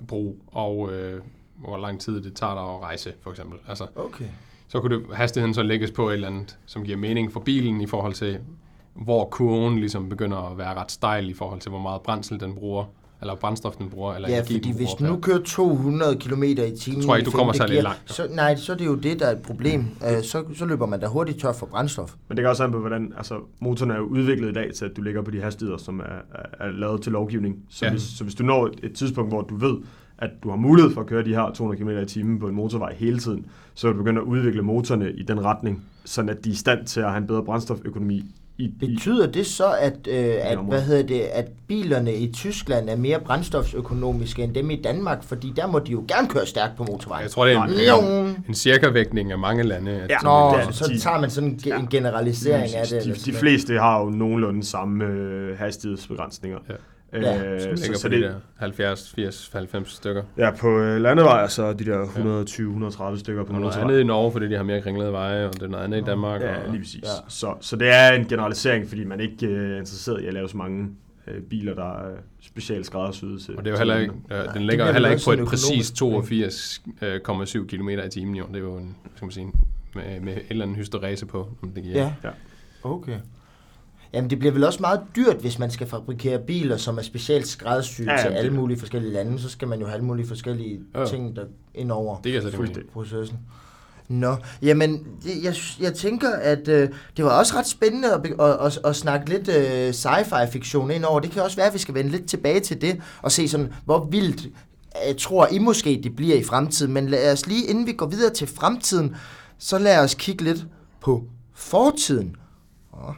Speaker 3: brug og øh, hvor lang tid det tager dig at rejse, for eksempel. Altså,
Speaker 2: Okay.
Speaker 3: så kunne det, hastigheden så lægges på et eller andet, som giver mening for bilen i forhold til, hvor kurven ligesom begynder at være ret stejl i forhold til, hvor meget brændsel den bruger, eller brændstof den bruger, eller
Speaker 2: Ja,
Speaker 3: energi
Speaker 2: fordi
Speaker 3: den
Speaker 2: hvis
Speaker 3: bruger.
Speaker 2: den nu kører 200 km i timen...
Speaker 3: tror jeg
Speaker 2: i
Speaker 3: ikke, du kommer
Speaker 2: femte
Speaker 3: særlig
Speaker 2: gear,
Speaker 3: langt.
Speaker 2: Så, nej, så er det jo det, der er et problem. Øh, så, så løber man da hurtigt tør for brændstof.
Speaker 4: Men det kan også an på, hvordan altså, motoren er jo udviklet i dag til, at du ligger på de hastigheder, som er, er, er lavet til lovgivning. Så,
Speaker 3: Ja.
Speaker 4: ja. hvis, så hvis du når et, et tidspunkt, hvor du ved, at du har mulighed for at køre de her 200 km i timen på en motorvej hele tiden, så vil du begynde at udvikle motorerne i den retning, sådan at de er i stand til at have en bedre brændstoføkonomi. I, i,
Speaker 2: Betyder det så, at, øh, at,
Speaker 4: område.
Speaker 2: hvad hedder det, at bilerne i Tyskland er mere brændstoføkonomiske end dem i Danmark? Fordi der må de jo gerne køre stærkt på motorvejen.
Speaker 3: Jeg tror, det er
Speaker 2: Nej.
Speaker 3: en, en, en cirkavægtning af mange lande. At,
Speaker 4: Ja.
Speaker 2: Nå,
Speaker 4: det er det.
Speaker 2: så
Speaker 4: De-
Speaker 2: tager man sådan en ge- en generalisering af det.
Speaker 4: de,
Speaker 2: eller
Speaker 4: de
Speaker 2: sådan noget.
Speaker 4: fleste har jo nogenlunde samme øh, hastighedsbegrænsninger.
Speaker 3: Ja.
Speaker 4: Øh,
Speaker 2: Ja,
Speaker 4: så,
Speaker 3: ligger
Speaker 4: så,
Speaker 3: på de
Speaker 4: det,
Speaker 3: der 70, 80, 90 stykker.
Speaker 4: ja, på øh, landevej, så er de der 120-130 stykker på
Speaker 3: Og noget
Speaker 4: motorvej.
Speaker 3: andet i Norge, fordi de har mere kringlede veje, og det er noget andet i Danmark.
Speaker 4: Ja,
Speaker 3: og,
Speaker 4: lige præcis.
Speaker 2: Ja.
Speaker 4: Ja. Så, så det er en generalisering, fordi man ikke øh, er interesseret i at lave så mange øh, biler, der er specielt skræddersyet til.
Speaker 3: og det er jo
Speaker 4: til
Speaker 3: heller ikke,
Speaker 4: landene.
Speaker 3: øh, den
Speaker 2: det
Speaker 3: ligger
Speaker 2: bliver
Speaker 3: heller
Speaker 2: vel
Speaker 3: ikke på
Speaker 2: også
Speaker 3: et øh,
Speaker 2: en
Speaker 3: præcis
Speaker 2: økonomisk
Speaker 3: 82,7 km i timen. Jo. Det er jo en, hvad skal man sige, med, med en eller anden hysterese på, om det giver.
Speaker 2: Ja.
Speaker 4: Ja.
Speaker 2: Okay. Jamen, det bliver vel også meget dyrt, hvis man skal fabrikere biler, som er specielt skræddersyet
Speaker 4: Ja,
Speaker 2: ja,
Speaker 4: ja,
Speaker 2: til
Speaker 4: det-
Speaker 2: alle mulige forskellige lande. Så skal man jo have alle mulige forskellige
Speaker 3: Ja.
Speaker 2: ja. ting der indover
Speaker 3: Det giver så det mening.
Speaker 4: Fuldstændig.
Speaker 2: processen. Nå, jamen, det- jeg, sy- jeg tænker, at øh, det var også ret spændende at, be- at, at, at snakke lidt øh, sci-fi-fiktion ind over. Det kan også være, at vi skal vende lidt tilbage til det, og se sådan, hvor vildt øh, tror I måske, det bliver i fremtiden. Men lad os lige, inden vi går videre til fremtiden, så lad os kigge lidt på fortiden. Åh,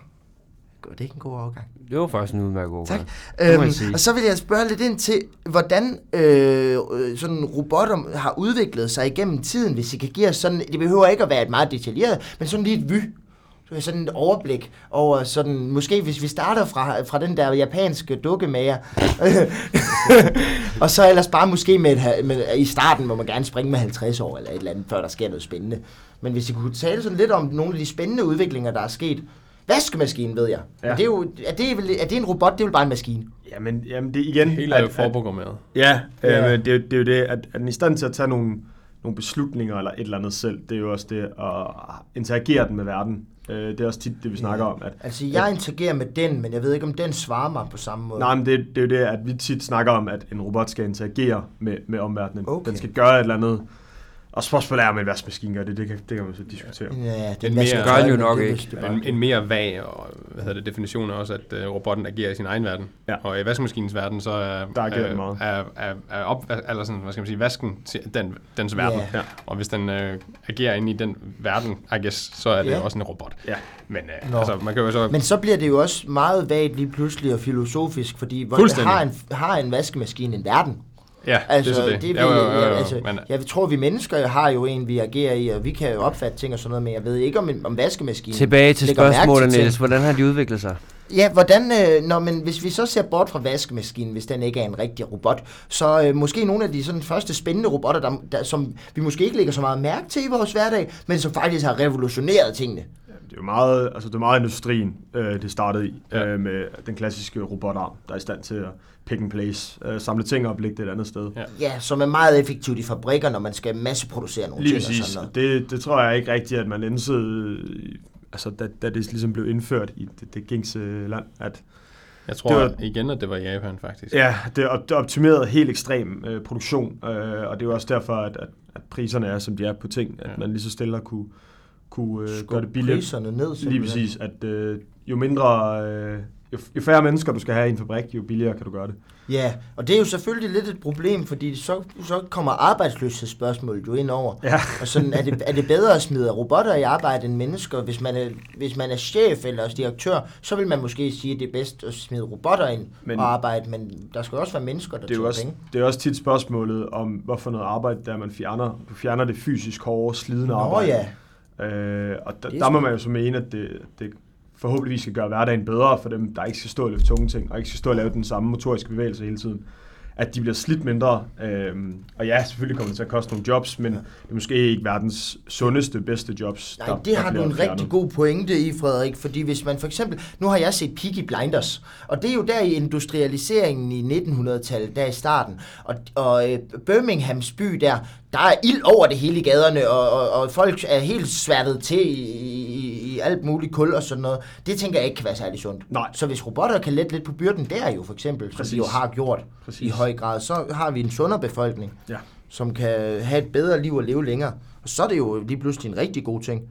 Speaker 2: det er ikke en god overgang.
Speaker 1: Det var faktisk en udmærket overgang.
Speaker 2: Tak.
Speaker 1: Det må jeg
Speaker 2: Øhm,
Speaker 1: sige.
Speaker 2: og så vil jeg spørge lidt ind til, hvordan øh, øh, sådan robotter har udviklet sig igennem tiden, hvis I kan give os sådan, det behøver ikke at være et meget detaljeret, men sådan lige et vy. Du har sådan et overblik over sådan, måske hvis vi starter fra, fra den der japanske dukkemager, øh, og så ellers bare måske med, et, ha- med i starten, hvor man gerne springe med 50 år eller et eller andet, før der sker noget spændende. Men hvis I kunne tale sådan lidt om nogle af de spændende udviklinger, der er sket. Vaskemaskinen, ved jeg. Ja.
Speaker 4: Ja.
Speaker 2: Det er, jo, er, det, vel- er det en robot? Det er vel bare en maskine.
Speaker 4: Jamen, jamen, det er igen...
Speaker 3: Hele er jo forprogrammeret.
Speaker 4: Ja,
Speaker 2: Ja.
Speaker 4: øh, men det, er jo- det er jo det, at, at den er i stand til at tage nogle, nogle beslutninger eller et eller andet selv. Det er jo også det at interagere den med verden. Øh, det er også tit det, vi snakker om. At,
Speaker 2: Altså, jeg interagerer med den, men jeg ved ikke, om den svarer mig på samme måde.
Speaker 4: Nej, men det, det er jo det, at vi tit snakker om, at en robot skal interagere med, med omverdenen.
Speaker 2: Okay.
Speaker 4: Den skal gøre et eller andet. Og spørgsmålet er, om en vaskemaskine gør det. Det kan, det kan man så diskutere.
Speaker 2: Ja,
Speaker 3: Den
Speaker 2: den
Speaker 3: mere-
Speaker 2: vasker
Speaker 3: gør
Speaker 1: den jo
Speaker 2: tøj, men
Speaker 1: nok
Speaker 2: det er
Speaker 1: ikke.
Speaker 2: vist bare-
Speaker 3: En, en mere vag og, hvad hedder det, definition er også, at øh, robotten agerer i sin egen verden.
Speaker 4: Ja.
Speaker 3: Og i vaskemaskinens verden, så er,
Speaker 4: Der agerer den
Speaker 3: er,
Speaker 4: meget.
Speaker 3: er, er, er op, eller sådan, hvad skal man sige, vasken til den, dens
Speaker 2: Ja.
Speaker 3: verden.
Speaker 4: Ja.
Speaker 3: Og hvis den øh, agerer inde i den verden, I guess, så er det
Speaker 2: Ja.
Speaker 3: også en robot.
Speaker 4: Ja.
Speaker 3: Men øh,
Speaker 2: Nå.
Speaker 3: altså, man kan jo så...
Speaker 2: Men så bliver det jo også meget vagt lige pludselig og filosofisk, fordi hvordan
Speaker 3: Fuldstændig.
Speaker 2: har en, har en vaskemaskine en verden?
Speaker 3: ja,
Speaker 2: Altså,
Speaker 3: det er så det.
Speaker 2: det, det
Speaker 3: ja, jo, jo, jo, jo.
Speaker 2: altså,
Speaker 3: Men, øh,
Speaker 2: jeg tror, vi mennesker har jo en, vi agerer i, og vi kan jo opfatte ting og sådan noget, men jeg ved ikke, om, en- om vaskemaskinen
Speaker 1: Tilbage til
Speaker 2: lægger mærke
Speaker 1: spørgsmålet,
Speaker 2: til ting.
Speaker 1: Niels. Hvordan har de udviklet sig?
Speaker 2: Ja, hvordan, øh, når, men hvis vi så ser bort fra vaskemaskinen, hvis den ikke er en rigtig robot, så øh, måske nogle af de sådan, første spændende robotter, der, der, som vi måske ikke lægger så meget mærke til i vores hverdag, men som faktisk har revolutioneret tingene.
Speaker 4: Det er jo meget, altså det er meget industrien, øh, det startede i,
Speaker 3: Ja.
Speaker 4: ja. øh, med den klassiske robotarm, der er i stand til at pick and place, øh, samle ting op og lægge det et andet sted.
Speaker 3: Ja.
Speaker 4: Ja.
Speaker 2: Ja, som er meget effektivt i fabrikker, når man skal masseproducere nogle ting
Speaker 4: Lige
Speaker 2: og sådan
Speaker 4: præcis.
Speaker 2: noget.
Speaker 4: Det, det tror jeg ikke rigtigt, at man indsede, øh, altså da, da det ligesom blev indført i det, det gængse land, at
Speaker 3: jeg tror
Speaker 4: det var-
Speaker 3: igen, at det var i Japan, faktisk.
Speaker 4: Ja, det er op- det er optimeret helt ekstrem øh, produktion, øh, og det er jo også derfor, at, at, at priserne er, som de er på ting, at
Speaker 3: Ja.
Speaker 4: ja. man lige så stille har kunne, kunne øh,
Speaker 2: Skubbe
Speaker 4: gøre det billigt.
Speaker 2: priserne ned,
Speaker 4: Lige
Speaker 2: simpelthen.
Speaker 4: præcis, at øh, jo mindre, øh, jo, f- jo færre mennesker du skal have i en fabrik, jo billigere kan du gøre det.
Speaker 2: Ja, og det er jo selvfølgelig lidt et problem, fordi så, så kommer arbejdsløshedsspørgsmålet jo ind over.
Speaker 4: Ja.
Speaker 2: Og sådan, er, det, er det bedre at smide robotter i arbejde end mennesker? Hvis man er, hvis man er chef eller også direktør, så vil man måske sige, at det er bedst at smide robotter ind men,
Speaker 4: Men-
Speaker 2: og arbejde, men der skal jo også være mennesker, der
Speaker 4: Det er jo
Speaker 2: tjener
Speaker 4: også,
Speaker 2: penge.
Speaker 4: det er også tit spørgsmålet om, hvorfor noget arbejde, der man fjerner. Du fjerner det fysisk hårde, slidende
Speaker 2: Nå
Speaker 4: arbejde.
Speaker 2: ja,
Speaker 4: Øh, og der,
Speaker 2: Det er
Speaker 4: der må
Speaker 2: sgu-
Speaker 4: man jo så mene, at det, det forhåbentlig skal gøre hverdagen bedre for dem, der ikke skal stå og løfte tunge ting, og ikke skal stå og lave den samme motoriske bevægelse hele tiden. at de bliver slidt mindre. Øhm, og ja, selvfølgelig kommer det til at koste nogle jobs, men det er måske ikke verdens sundeste, bedste jobs.
Speaker 2: Nej, det har du
Speaker 4: bliver
Speaker 2: en
Speaker 4: fjernet.
Speaker 2: rigtig god pointe i, Frederik, fordi hvis man for eksempel, nu har jeg set Peaky Blinders, og det er jo der i industrialiseringen i 1900-tallet, der i starten, og, og øh, Birminghams by der, der er ild over det hele i gaderne, og, og, og folk er helt sværtet til i, i, i alt muligt kul og sådan noget. Det tænker jeg ikke kan være særlig sundt.
Speaker 4: Nej.
Speaker 2: Så hvis robotter kan lette lidt på byrden der jo for eksempel, Præcis. som de
Speaker 4: Præcis.
Speaker 2: jo har gjort Præcis.
Speaker 4: Præcis.
Speaker 2: i høj grad, så har vi en sundere befolkning
Speaker 4: Ja.
Speaker 2: som kan have et bedre liv og leve længere. Og så er det jo lige pludselig en rigtig god ting.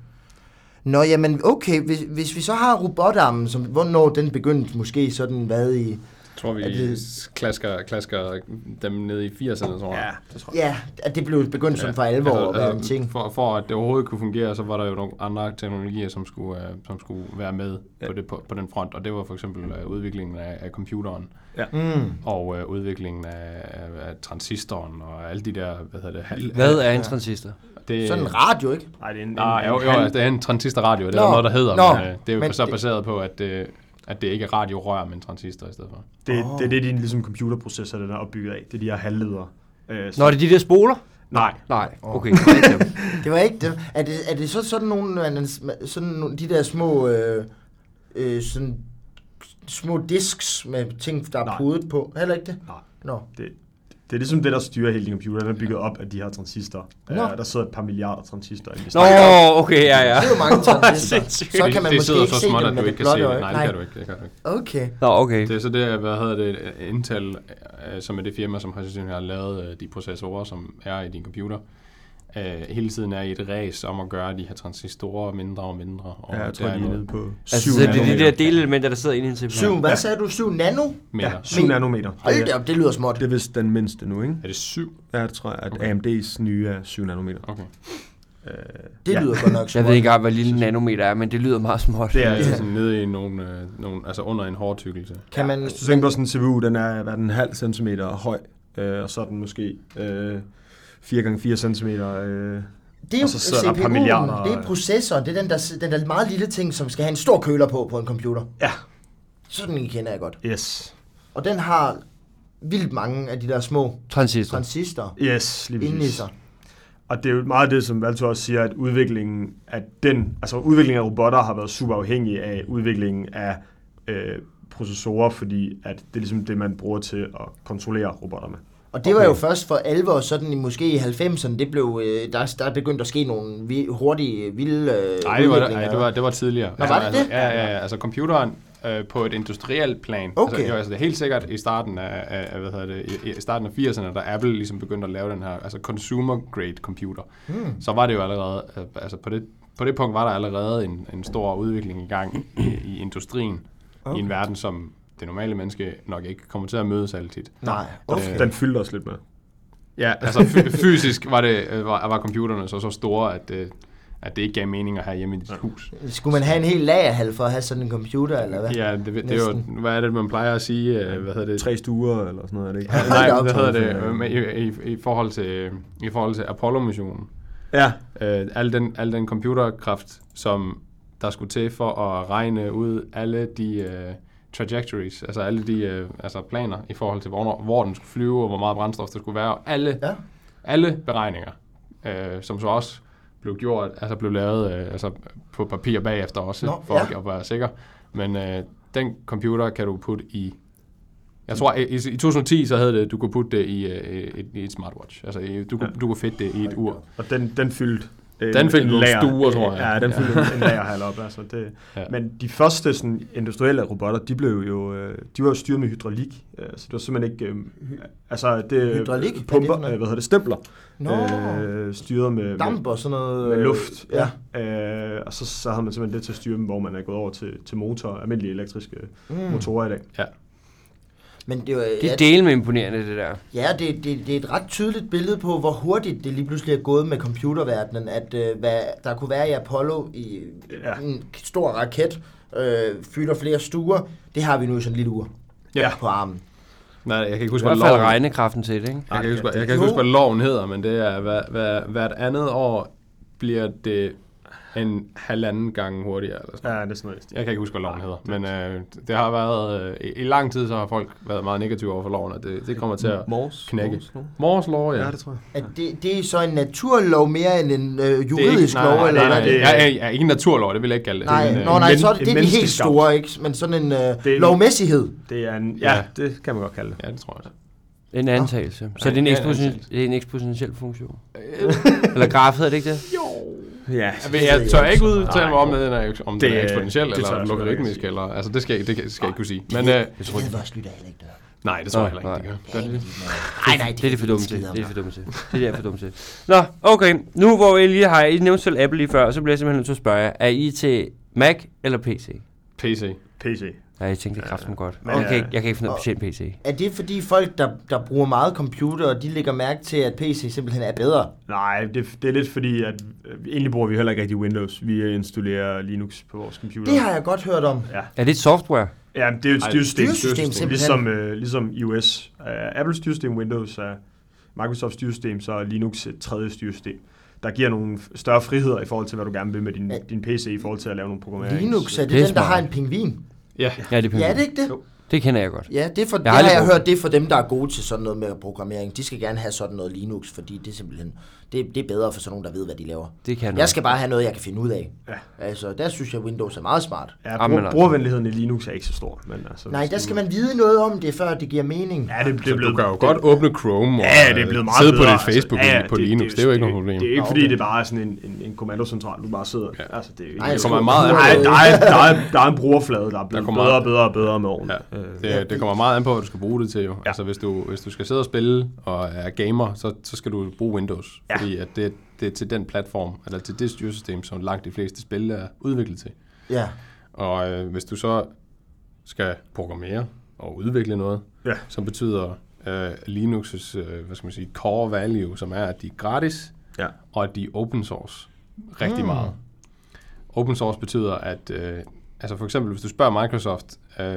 Speaker 2: Nå, jamen okay, hvis, hvis vi så har robotarmen, som, hvornår den begyndte måske sådan hvad i...
Speaker 3: tror vi
Speaker 2: Er det-
Speaker 3: klasker, klasker dem ned i 80'erne, tror jeg.
Speaker 4: Ja, det tror jeg.
Speaker 2: Ja, at det blev begyndt ja, som for alvor altså, at være
Speaker 3: øh,
Speaker 2: en ting.
Speaker 3: For, for at det overhovedet kunne fungere, så var der jo nogle andre teknologier, som skulle, øh, som skulle være med ja. på, det, på, på den front. Og det var for eksempel øh, udviklingen af, af computeren.
Speaker 4: Ja.
Speaker 3: Mm. Og øh, udviklingen af, af, af transistoren og alle de der, hvad hedder det? Hal,
Speaker 1: Hvad er en transistor?
Speaker 3: Det,
Speaker 2: Sådan en radio, ikke?
Speaker 4: Nej, det er en,
Speaker 3: Nej,
Speaker 4: en,
Speaker 3: Ah, jo,
Speaker 4: en
Speaker 3: jo, altså,
Speaker 4: halv-
Speaker 3: det er en transistorradio, det er
Speaker 2: Nå,
Speaker 3: der noget, der hedder,
Speaker 2: nå,
Speaker 3: men øh, det er jo
Speaker 2: men
Speaker 3: så
Speaker 2: det-
Speaker 3: baseret på, at, øh, at det ikke er radiorør, men transistor i stedet for.
Speaker 4: Det, oh. det er det, din ligesom, computerprocessor den er opbygget af. Det er de her halvledere. Øh, så-
Speaker 1: Nå, er det de der spoler?
Speaker 4: Nej,
Speaker 1: Nej, okay. det er ikke dem.
Speaker 2: Det var ikke det. Er det, er det så sådan nogle, man- sådan nogle, de der små, øh, øh, sådan små disks med ting, der er
Speaker 4: Nej.
Speaker 2: podet på? Heller ikke det?
Speaker 4: Nej.
Speaker 2: Nå.
Speaker 4: det, det er ligesom det, der styrer hele din computer. Den er bygget op af de her transistorer. Øh,
Speaker 2: Nå.
Speaker 4: der sidder et par milliarder transistorer. inde i
Speaker 1: Nå, okay, ja, ja.
Speaker 2: Det er jo mange transistorer. så
Speaker 3: det,
Speaker 2: kan man
Speaker 3: det
Speaker 2: måske
Speaker 3: sidder
Speaker 2: ikke
Speaker 3: så
Speaker 2: se
Speaker 3: småt,
Speaker 2: dem
Speaker 3: at du
Speaker 2: med
Speaker 3: ikke
Speaker 2: det
Speaker 3: kan se
Speaker 2: blotte
Speaker 3: det.
Speaker 2: øje.
Speaker 3: Nej, det kan du ikke. Det kan du ikke.
Speaker 2: Okay.
Speaker 1: Nå, okay.
Speaker 3: Det er så det, er, hvad hedder det, øh, Intel, øh, som er det firma, som har sandsynligvis har lavet øh, de processorer, som er i din computer, øh, hele tiden er i et ræs om at gøre de her transistorer mindre og mindre. Og
Speaker 4: Ja, Øh, jeg tror, de er
Speaker 3: derimod
Speaker 4: nede på 7
Speaker 1: Altså, så det er de
Speaker 4: nanometer.
Speaker 1: der delelementer, der sidder inde i en CPU.
Speaker 2: Syv, hvad sagde du? Syv nano?
Speaker 3: mere.
Speaker 4: Ja, 7 nanometer.
Speaker 2: Hold da op, det lyder småt.
Speaker 4: Det er vist den mindste nu, ikke?
Speaker 3: Er det syv?
Speaker 4: Ja, det tror jeg, at okay. AMD's nye er 7 nanometer.
Speaker 3: Okay.
Speaker 2: Det
Speaker 4: Ja.
Speaker 2: lyder godt nok
Speaker 1: Jeg
Speaker 2: småt.
Speaker 1: ved ikke engang, hvad lille nanometer er, men det lyder meget småt.
Speaker 4: Det er
Speaker 3: Altså sådan nede i nogle, øh, nogle, altså under en hårdtykkelse.
Speaker 2: Kan man...
Speaker 4: Hvis du tænker på sådan en CPU, den er hvad er den en halv centimeter høj, øh, og så er den måske øh, 4 gange 4 centimeter. Øh.
Speaker 2: Det er jo
Speaker 4: og så sidder der et par milliarder-
Speaker 2: CPU'en, det er processoren, det er den der, den der meget lille ting, som skal have en stor køler på på en computer.
Speaker 4: Ja.
Speaker 2: Sådan en kender jeg godt.
Speaker 4: Yes.
Speaker 2: Og den har vildt mange af de der små
Speaker 1: Transistor.
Speaker 2: transistorer
Speaker 4: Yes, lige
Speaker 2: inde i
Speaker 4: præcis.
Speaker 2: sig.
Speaker 4: Og det er jo meget det, som Valto også siger, at udviklingen af den, altså udviklingen af robotter har været super afhængig af udviklingen af øh, processorer, fordi at det er ligesom det, man bruger til at kontrollere robotterne.
Speaker 2: Og det var jo først for alvor, sådan i måske i 90'erne, det blev, øh, der, der begyndte at ske nogle vi, hurtige, vilde øh,
Speaker 3: Nej, det var,
Speaker 2: udviklinger.
Speaker 3: nej, det var, det var tidligere.
Speaker 2: Nå, var det
Speaker 3: altså,
Speaker 2: det?
Speaker 3: Ja, ja, ja. Altså computeren øh, på et industrielt plan.
Speaker 2: Okay.
Speaker 3: Altså, jo, altså, det er helt sikkert i starten af, af- af hvad hedder det, i, i starten af 80'erne, da Apple ligesom begyndte at lave den her altså consumer grade computer. Hmm. Så var det jo allerede, øh, altså på det, på det punkt var der allerede en, en stor udvikling i gang i, i industrien okay. i en verden, som det normale menneske nok ikke kommer til at møde særlig tit.
Speaker 2: Nej,
Speaker 4: Okay.
Speaker 2: okay.
Speaker 4: Den fyldte også lidt med.
Speaker 3: Ja, altså fy- fysisk var, det, øh, var, var computerne så, så store, at, øh, at det ikke gav mening at have hjemme i dit hus.
Speaker 2: Skulle man have en hel lagerhal for at have sådan en computer, eller hvad?
Speaker 3: Ja, det, det er jo,
Speaker 2: Næsten.
Speaker 3: hvad er det, man plejer at sige, øh, hvad hedder det?
Speaker 4: Tre stuer eller sådan noget, er det ikke?
Speaker 2: da
Speaker 3: Nej,
Speaker 2: op.
Speaker 3: hvad hedder det, øh, med- i, i, i, forhold til, i forhold til Apollo-missionen.
Speaker 4: Ja,
Speaker 3: Øh, al, den, al den computerkraft, som der skulle til for at regne ud alle de øh, trajectories, altså alle de øh, altså planer i forhold til, hvor, hvor den skulle flyve, og hvor meget brændstof der skulle være, og alle,
Speaker 2: Ja.
Speaker 3: alle beregninger, øh, som så også blev gjort, altså blev lavet øh, altså på papir bagefter også,
Speaker 2: Nå,
Speaker 3: Nå, for
Speaker 2: ja.
Speaker 3: ja. at være sikker. Men øh, den computer kan du putte i jeg tror, i, i 2010, så hed det, du kunne putte det i, øh, et, i et smartwatch. Altså, i- du, kunne, du kunne fedte det i et ur.
Speaker 4: og den, den fyldte... øh,
Speaker 3: Den fyldte
Speaker 4: en
Speaker 3: nogle
Speaker 4: lager-
Speaker 3: stuer, tror jeg.
Speaker 4: Ja, den fyldte en- en lagerhal op. Altså det.
Speaker 3: Ja.
Speaker 4: Ja. Men de første sådan, industrielle robotter, de blev jo øh, de var jo styret med hydraulik. øh, Så det var simpelthen ikke... øh, Altså, det,
Speaker 2: Hydraulik? Hvad er det for
Speaker 4: Pumper,
Speaker 2: noget?
Speaker 4: øh, hvad hedder det? Stempler.
Speaker 2: Nå.
Speaker 4: Øh, styret med, med,
Speaker 2: Damp og sådan noget.
Speaker 4: med
Speaker 2: øh,
Speaker 4: luft.
Speaker 2: Ja.
Speaker 4: Øh, og så, så havde man simpelthen det til at styre dem, hvor man er gået over til, til motor, almindelige elektriske mm. motorer i dag.
Speaker 3: Ja.
Speaker 2: Men det, var,
Speaker 1: Det er del med imponerende, det der.
Speaker 2: Ja, det, det, det er et ret tydeligt billede på, hvor hurtigt det lige pludselig er gået med computerverdenen, at øh, hvad der kunne være i Apollo i ja.
Speaker 4: Ja.
Speaker 2: en stor raket, øh, fylder flere stuer, det har vi nu i sådan en lille ur
Speaker 4: Ja.
Speaker 2: på armen.
Speaker 3: Nej, jeg kan ikke
Speaker 1: I
Speaker 3: huske, hvad
Speaker 1: hvert fald
Speaker 3: loven, jeg
Speaker 1: regnekraften til det, ikke?
Speaker 3: kan ikke huske, hvad- jeg kan
Speaker 2: Jo.
Speaker 3: ikke huske, hvad loven hedder, men det er, hvad, hvad, hvert andet år bliver det en halvanden gange hurtigere. Eller sådan.
Speaker 4: Ja, det er sådan noget. i stil.
Speaker 3: Jeg kan ikke huske, hvad loven hedder, men øh, det har været, øh, i, i lang tid så har folk været meget negative over for loven, og det, det kommer til at
Speaker 5: Mors,
Speaker 3: knække.
Speaker 5: Mors, no?
Speaker 3: Mors lov, ja.
Speaker 4: Ja, det tror jeg.
Speaker 2: At det, det er så en naturlov mere end en øh,
Speaker 3: Det er
Speaker 2: juridisk
Speaker 3: ikke, nej,
Speaker 2: lov?
Speaker 3: nej,
Speaker 2: eller
Speaker 3: nej, nej,
Speaker 2: hvad?
Speaker 3: nej, nej, nej, nej, ikke en naturlov, det vil jeg ikke kalde det.
Speaker 2: Nej,
Speaker 3: Men, øh,
Speaker 2: nå, nej,
Speaker 4: men-
Speaker 2: så er det,
Speaker 4: en
Speaker 2: det er de helt
Speaker 4: menneskelig skam.
Speaker 2: store, ikke? Men sådan en øh,
Speaker 4: Det er-
Speaker 2: lovmæssighed.
Speaker 4: Det er en,
Speaker 3: Ja.
Speaker 4: ja, det kan man godt kalde det.
Speaker 3: Ja, det tror jeg.
Speaker 1: En antagelse. Så det er en,
Speaker 3: Ja, en
Speaker 1: eksponentiel,
Speaker 3: antagelse.
Speaker 1: det er en eksponentiel funktion. Eller graf hedder det ikke det?
Speaker 4: Ja,
Speaker 3: Jeg, jeg tør ikke udtale mig om, det, er- om det,
Speaker 4: Det-
Speaker 3: er eksponentiel
Speaker 4: det tør
Speaker 3: eller
Speaker 4: jeg selvfølgelig
Speaker 3: logaritmisk.
Speaker 4: ikke
Speaker 3: Eller, altså, det skal, jeg- det skal jeg ikke kunne sige. Men øh,
Speaker 2: Jeg tror ikke. Edvards lytter heller ikke der.
Speaker 3: nej, det tror jeg
Speaker 1: Nej,
Speaker 3: heller ikke, det gør. Gør det det.
Speaker 2: Nej, nej,
Speaker 1: Det er det for dumme til.
Speaker 2: skide om.
Speaker 1: Det er det for dumme til. Det er det for dumme til. Nå, okay. Nu hvor jeg lige har I nævnt selv Apple lige før, så bliver jeg simpelthen nødt til at spørge jer. Er I til Mac eller PC?
Speaker 3: PC.
Speaker 4: PC.
Speaker 1: Ja, jeg tænkte det kraften godt.
Speaker 4: Men,
Speaker 1: Okay,
Speaker 4: øh,
Speaker 1: jeg kan ikke finde ud af at betjene PC.
Speaker 2: Er det fordi folk, der, der bruger meget computer, de lægger mærke til, at PC simpelthen er bedre?
Speaker 4: Nej, det, det er lidt fordi, at øh, egentlig bruger vi heller ikke rigtig Windows. Vi installerer Linux på vores computer.
Speaker 2: Det har jeg godt hørt om.
Speaker 1: Er det et software?
Speaker 4: Ja, men det er jo et
Speaker 3: Ej,
Speaker 4: styresystem.
Speaker 2: styresystem, simpelthen.
Speaker 4: Ligesom, øh, ligesom iOS. Uh, Apples styresystem, Windows er Microsoft styresystem, så er Linux et tredje styresystem. Der giver nogle f- større friheder i forhold til, hvad du gerne vil med din,
Speaker 2: Ja.
Speaker 4: din PC, i forhold til at lave nogle programmering.
Speaker 2: Linux, er det,
Speaker 1: Det er
Speaker 2: den, der
Speaker 1: smart.
Speaker 2: har en pingvin?
Speaker 3: Ja,
Speaker 1: Ja, det er
Speaker 2: Ja, er
Speaker 1: ja,
Speaker 2: det ikke det?
Speaker 4: Jo.
Speaker 1: det kender jeg godt.
Speaker 2: Ja, det er for,
Speaker 1: Jeg
Speaker 2: jeg
Speaker 1: har
Speaker 2: har,
Speaker 1: aldrig
Speaker 2: jeg
Speaker 1: brugt
Speaker 2: hørt, det er for dem, der er gode til sådan noget med programmering. De skal gerne have sådan noget Linux, fordi det er simpelthen det, det er bedre for sådan nogen, der ved, hvad de laver.
Speaker 1: Det kan
Speaker 2: Jeg skal bare have noget, jeg kan finde ud af.
Speaker 4: Ja.
Speaker 2: Altså, der synes jeg, Windows er meget smart.
Speaker 4: Ja,
Speaker 1: Jamen,
Speaker 4: brug,
Speaker 1: altså.
Speaker 4: brugervenligheden i Linux er ikke så stor. Men altså,
Speaker 2: Nej, der skal man vide noget om det, før det giver mening.
Speaker 4: Ja, det, det
Speaker 3: så
Speaker 4: er blevet,
Speaker 3: du kan jo godt åbne Chrome
Speaker 4: Ja,
Speaker 3: og
Speaker 4: det er
Speaker 3: øh,
Speaker 4: blevet meget
Speaker 3: sidde
Speaker 4: bedre,
Speaker 3: på dit Facebook
Speaker 4: altså. Ja, ja,
Speaker 3: på Linux. Det, er jo ikke noget problem.
Speaker 4: Det er ikke,
Speaker 3: Nå,
Speaker 4: fordi
Speaker 3: okay.
Speaker 4: det bare er sådan en, en, en kommandocentral, du bare sidder. Ja. Altså, det er jo ikke,
Speaker 2: Nej,
Speaker 3: kommer meget an på-
Speaker 4: Nej, der er, der, er, der er en brugerflade, der er blevet
Speaker 3: Der kommer-
Speaker 4: bedre og bedre og bedre med årene.
Speaker 3: Øh, Ja, det, det kommer meget an på, hvad du skal bruge det til jo. Ja. Altså hvis du, hvis du skal sidde og spille og er gamer, så, så skal du bruge Windows. Ja. Fordi at det, det er til den platform, eller til det styresystem, som langt de fleste spil er udviklet til.
Speaker 2: Ja.
Speaker 3: Og øh, hvis du så skal programmere og udvikle noget,
Speaker 4: Ja.
Speaker 3: som betyder øh, Linux' øh, hvad skal man sige, core value, som er, at de er gratis,
Speaker 4: Ja.
Speaker 3: og at de er open source rigtig mm. meget. Open source betyder, at øh, altså for eksempel, hvis du spørger Microsoft, øh,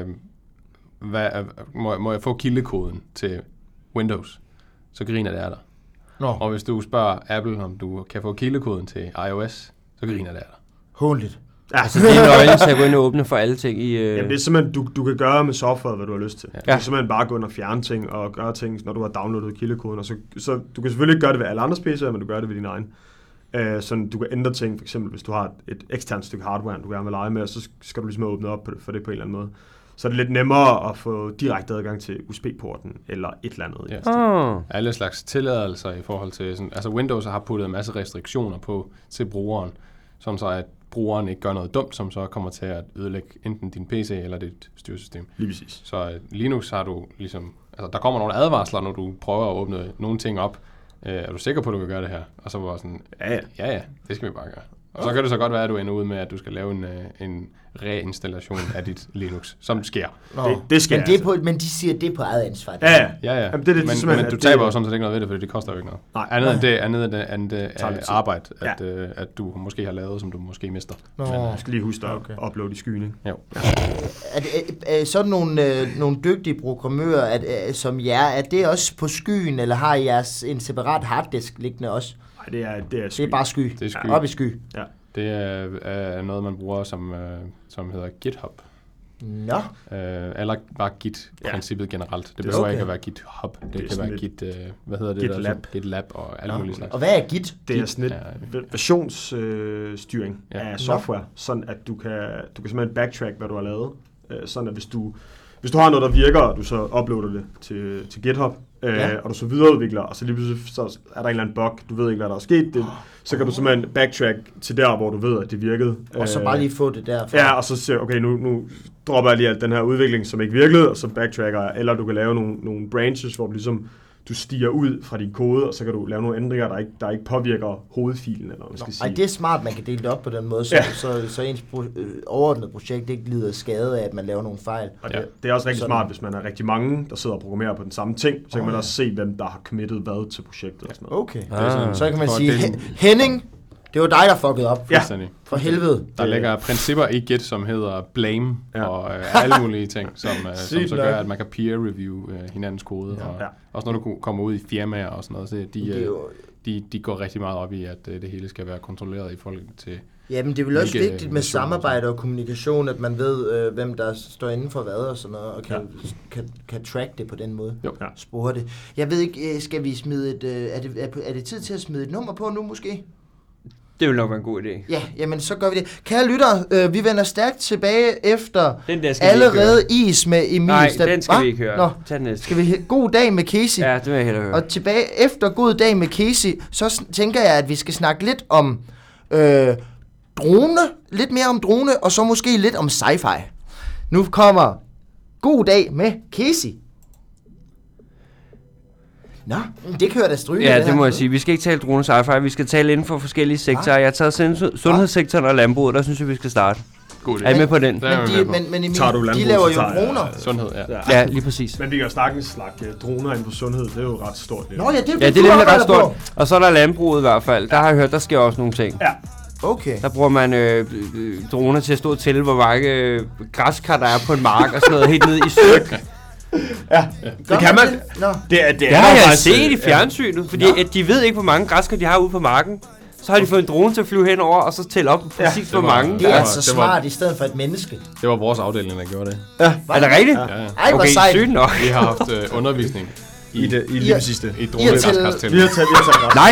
Speaker 3: hvad, er- må, må jeg få kildekoden til Windows, så griner det af dig.
Speaker 2: Nå.
Speaker 3: Og hvis du spørger Apple, om du kan få kildekoden til iOS, så griner det af dig.
Speaker 2: Håndligt.
Speaker 1: Altså, det er nøglen til at gå ind og åbne for alle ting i... Øh...
Speaker 4: Jamen, det er simpelthen, du, du kan gøre med software, hvad du har lyst til. Ja. Du
Speaker 1: Ja.
Speaker 4: kan simpelthen bare gå ind og fjerne ting og gøre ting, når du har downloadet kildekoden. Og så, så du kan selvfølgelig ikke gøre det ved alle andres PC'er, men du gør det ved din egen. Øh, sådan, du kan ændre ting, for eksempel hvis du har et, et eksternt stykke hardware, du gerne vil lege med, og så skal du ligesom åbne op på det, for det på en eller anden måde. Så er det lidt nemmere at få direkte adgang til USB-porten eller et eller andet.
Speaker 3: Ja.
Speaker 1: Ah.
Speaker 3: alle slags tilladelser i forhold til... Sådan, altså Windows har puttet en masse restriktioner på til brugeren, sådan så at brugeren ikke gør noget dumt, som så kommer til at ødelægge enten din PC eller dit styresystem.
Speaker 4: Lige præcis.
Speaker 3: Så øh, Linux har du ligesom... Altså, der kommer nogle advarsler, når du prøver at åbne nogle ting op. Øh, er du sikker på, at du kan gøre det her? Og så var jeg sådan,
Speaker 4: Ja, ja.
Speaker 3: ja ja, det skal vi bare gøre. Og så kan det så godt være, at du ender ud med, at du skal lave en, øh, en reinstallation af dit Linux, som sker.
Speaker 2: Nå.
Speaker 4: Det- det skal
Speaker 2: men,
Speaker 4: jeg
Speaker 2: det er
Speaker 4: altså.
Speaker 2: på, men de siger, det er på eget ansvar.
Speaker 4: Ja, ja.
Speaker 3: Ja, ja.
Speaker 4: Jamen, det er det,
Speaker 3: men,
Speaker 4: simpelthen,
Speaker 3: men du
Speaker 4: at det-
Speaker 3: taber jo sådan set ikke noget ved det, fordi det koster jo ikke noget.
Speaker 4: Nej.
Speaker 3: Andet end det, andet end det, andet det
Speaker 4: Tager lidt
Speaker 3: øh,
Speaker 4: tid.
Speaker 3: arbejde, at, øh, at du måske har lavet, som du måske mister.
Speaker 2: Nå.
Speaker 4: Jeg skal lige huske at okay. uploade i skyen, ikke?
Speaker 3: Jo.
Speaker 2: Er, det- er, er sådan nogle, øh, nogle dygtige programmører at, øh, som jer, er det også på skyen, eller har I jeres en separat harddisk liggende også?
Speaker 4: Nej, det er, det er,
Speaker 2: Det er bare sky.
Speaker 3: Det er sky.
Speaker 2: Op i sky.
Speaker 3: Det er, er noget, man bruger, som, øh, som hedder GitHub.
Speaker 2: Nå,
Speaker 3: Øh, eller bare Git-princippet ja. generelt. Det behøver
Speaker 2: okay.
Speaker 3: okay. ikke at være GitHub. Det, det kan
Speaker 4: sådan
Speaker 3: være Git, øh, hvad hedder det?
Speaker 4: GitLab.
Speaker 3: Der, GitLab og alle mulige slags.
Speaker 2: og hvad er git?
Speaker 4: Det er sådan
Speaker 3: Ja,
Speaker 4: et ver- versionsstyring
Speaker 3: Ja.
Speaker 4: ja. af software, sådan at du kan, du kan simpelthen backtrack, hvad du har lavet. Øh, sådan at hvis du, hvis du har noget, der virker, og du så uploader det til, til GitHub, øh,
Speaker 2: Ja.
Speaker 4: ja. og du så videreudvikler, og så lige pludselig så er der en eller anden bug, du ved ikke, hvad der er sket, det, så kan du simpelthen backtrack til der, hvor du ved, at det virkede.
Speaker 2: Og så
Speaker 4: Øh,
Speaker 2: bare lige få det derfra.
Speaker 4: Ja, og så siger jeg, okay, nu, nu dropper jeg lige alt den her udvikling, som ikke virkede, og så backtracker jeg. Eller du kan lave nogle, nogle branches, hvor du ligesom du stiger ud fra din kode, og så kan du lave nogle ændringer, der ikke, der ikke påvirker hovedfilen, eller hvad man skal
Speaker 2: Ej,
Speaker 4: sige.
Speaker 2: det er smart, man kan dele det op på den måde, så, ja.
Speaker 4: Ja.
Speaker 2: så, så ens pro, øh, overordnede projekt ikke lider skade af, at man laver nogle fejl.
Speaker 4: Og
Speaker 3: Ja.
Speaker 4: det, det er også rigtig
Speaker 2: Sådan.
Speaker 4: smart, hvis man er rigtig mange, der sidder og programmerer på den samme ting, så kan
Speaker 2: Åh,
Speaker 4: man
Speaker 2: ja.
Speaker 4: også se, hvem der har committet hvad til projektet og sådan noget.
Speaker 2: Okay.
Speaker 1: Ah.
Speaker 2: Ah, så kan man
Speaker 3: for
Speaker 2: sige,
Speaker 3: den-
Speaker 2: "Hen- Henning, det var dig, der fuckede op.
Speaker 4: Ja.
Speaker 3: Fuldstændig.
Speaker 2: For helvede.
Speaker 3: Der ligger principper i Git, som hedder blame ja.
Speaker 4: Ja.
Speaker 3: og øh, alle mulige ting, som, øh, som
Speaker 4: Sygt
Speaker 3: så
Speaker 4: nok.
Speaker 3: gør, at man kan peer review øh, hinandens kode. Ja. Og,
Speaker 4: Ja.
Speaker 3: Også når du kommer ud i firmaer og sådan noget, så de,
Speaker 2: Det er
Speaker 3: øh,
Speaker 2: jo-
Speaker 3: de, de går rigtig meget op i, at øh, det hele skal være kontrolleret i forhold til
Speaker 2: Jamen, det er vel også
Speaker 3: Hvilke
Speaker 2: vigtigt med
Speaker 3: missioner og
Speaker 2: samarbejde og kommunikation, at man ved, øh, hvem der står inden for hvad og sådan noget, og kan, ja. kan, kan track det på den måde.
Speaker 3: Jo.
Speaker 4: Ja.
Speaker 2: Spore det. Jeg ved ikke, øh, skal vi smide et... Øh, er, det, er, er det tid til at smide et nummer på nu, måske?
Speaker 1: Det vil nok være en god idé.
Speaker 2: Ja, jamen så gør vi det. Kære lytter, øh, vi vender stærkt tilbage efter
Speaker 1: Den der skal vi
Speaker 2: allerede
Speaker 1: ikke
Speaker 2: is med Emil
Speaker 1: høre. Nej,
Speaker 2: Stab-
Speaker 1: den skal
Speaker 2: Hva?
Speaker 1: vi ikke høre.
Speaker 2: Nå,
Speaker 1: Tag den næste.
Speaker 2: skal vi... he- God dag med Casey.
Speaker 1: Ja, det vil jeg hellere høre.
Speaker 2: Og tilbage efter god dag med Casey, så sn- tænker jeg, at vi skal snakke lidt om øh, drone, lidt mere om drone, og så måske lidt om sci-fi. Nu kommer god dag med Casey. Nå, det kører da stryge.
Speaker 1: Ja, det må jeg sige. Vi skal ikke tale drone sci-fi, vi skal tale inden for forskellige sektorer. Jeg har taget sund- sundhedssektoren og landbruget, der synes jeg, vi skal starte.
Speaker 3: God idé.
Speaker 1: Er I med på den?
Speaker 3: Der
Speaker 2: Men,
Speaker 3: er jeg
Speaker 2: de,
Speaker 3: med
Speaker 2: men, men Emil,
Speaker 4: Tager du
Speaker 2: de
Speaker 4: landbrug,
Speaker 2: laver
Speaker 4: så
Speaker 2: jo
Speaker 4: tager jeg-
Speaker 2: droner.
Speaker 3: på. Sundhed, ja.
Speaker 1: Ja, lige præcis.
Speaker 4: Men vi kan jo snakkens snakke øh, droner inden for sundhed, det er jo ret stort. Det.
Speaker 2: Nå ja, det er,
Speaker 1: Ja, det
Speaker 2: du
Speaker 1: er nemlig ret
Speaker 2: arbejder
Speaker 1: stort.
Speaker 2: på.
Speaker 1: Og så er der landbruget i hvert fald. Der har jeg hørt, der sker også nogle ting.
Speaker 4: Ja,
Speaker 2: Okay.
Speaker 1: Der bruger man øh, øh, droner til at stå og tælle, hvor mange øh, græskar der er på en mark og sådan noget helt ned i styk.
Speaker 2: Gør
Speaker 4: kan man.
Speaker 2: det? Nå.
Speaker 4: det er det.
Speaker 1: Det
Speaker 4: er
Speaker 1: har jeg
Speaker 4: faktisk,
Speaker 1: set
Speaker 4: øh,
Speaker 1: i fjernsynet, fordi at de ved ikke, hvor mange græskar de har ude på marken. Så har de fået en drone til at flyve henover, og så tælle op præcis, hvor
Speaker 3: det var-
Speaker 1: mange
Speaker 2: Det
Speaker 1: der
Speaker 2: er
Speaker 1: er.
Speaker 2: altså
Speaker 3: det var-
Speaker 2: smart i stedet for et menneske.
Speaker 3: Det var vores afdeling, der gjorde det.
Speaker 1: Er det rigtigt?
Speaker 3: Ja, ja.
Speaker 2: Ej, hvor
Speaker 1: Okay,
Speaker 2: sejt.
Speaker 1: sygt nok.
Speaker 3: Vi har haft øh, undervisning
Speaker 4: I, det, i
Speaker 2: I
Speaker 4: lige
Speaker 2: er-
Speaker 4: det sidste.
Speaker 2: I
Speaker 3: i et
Speaker 2: har til-
Speaker 3: dronekastkast til.
Speaker 4: Vi har taget, vi har taget ret.
Speaker 1: Nej,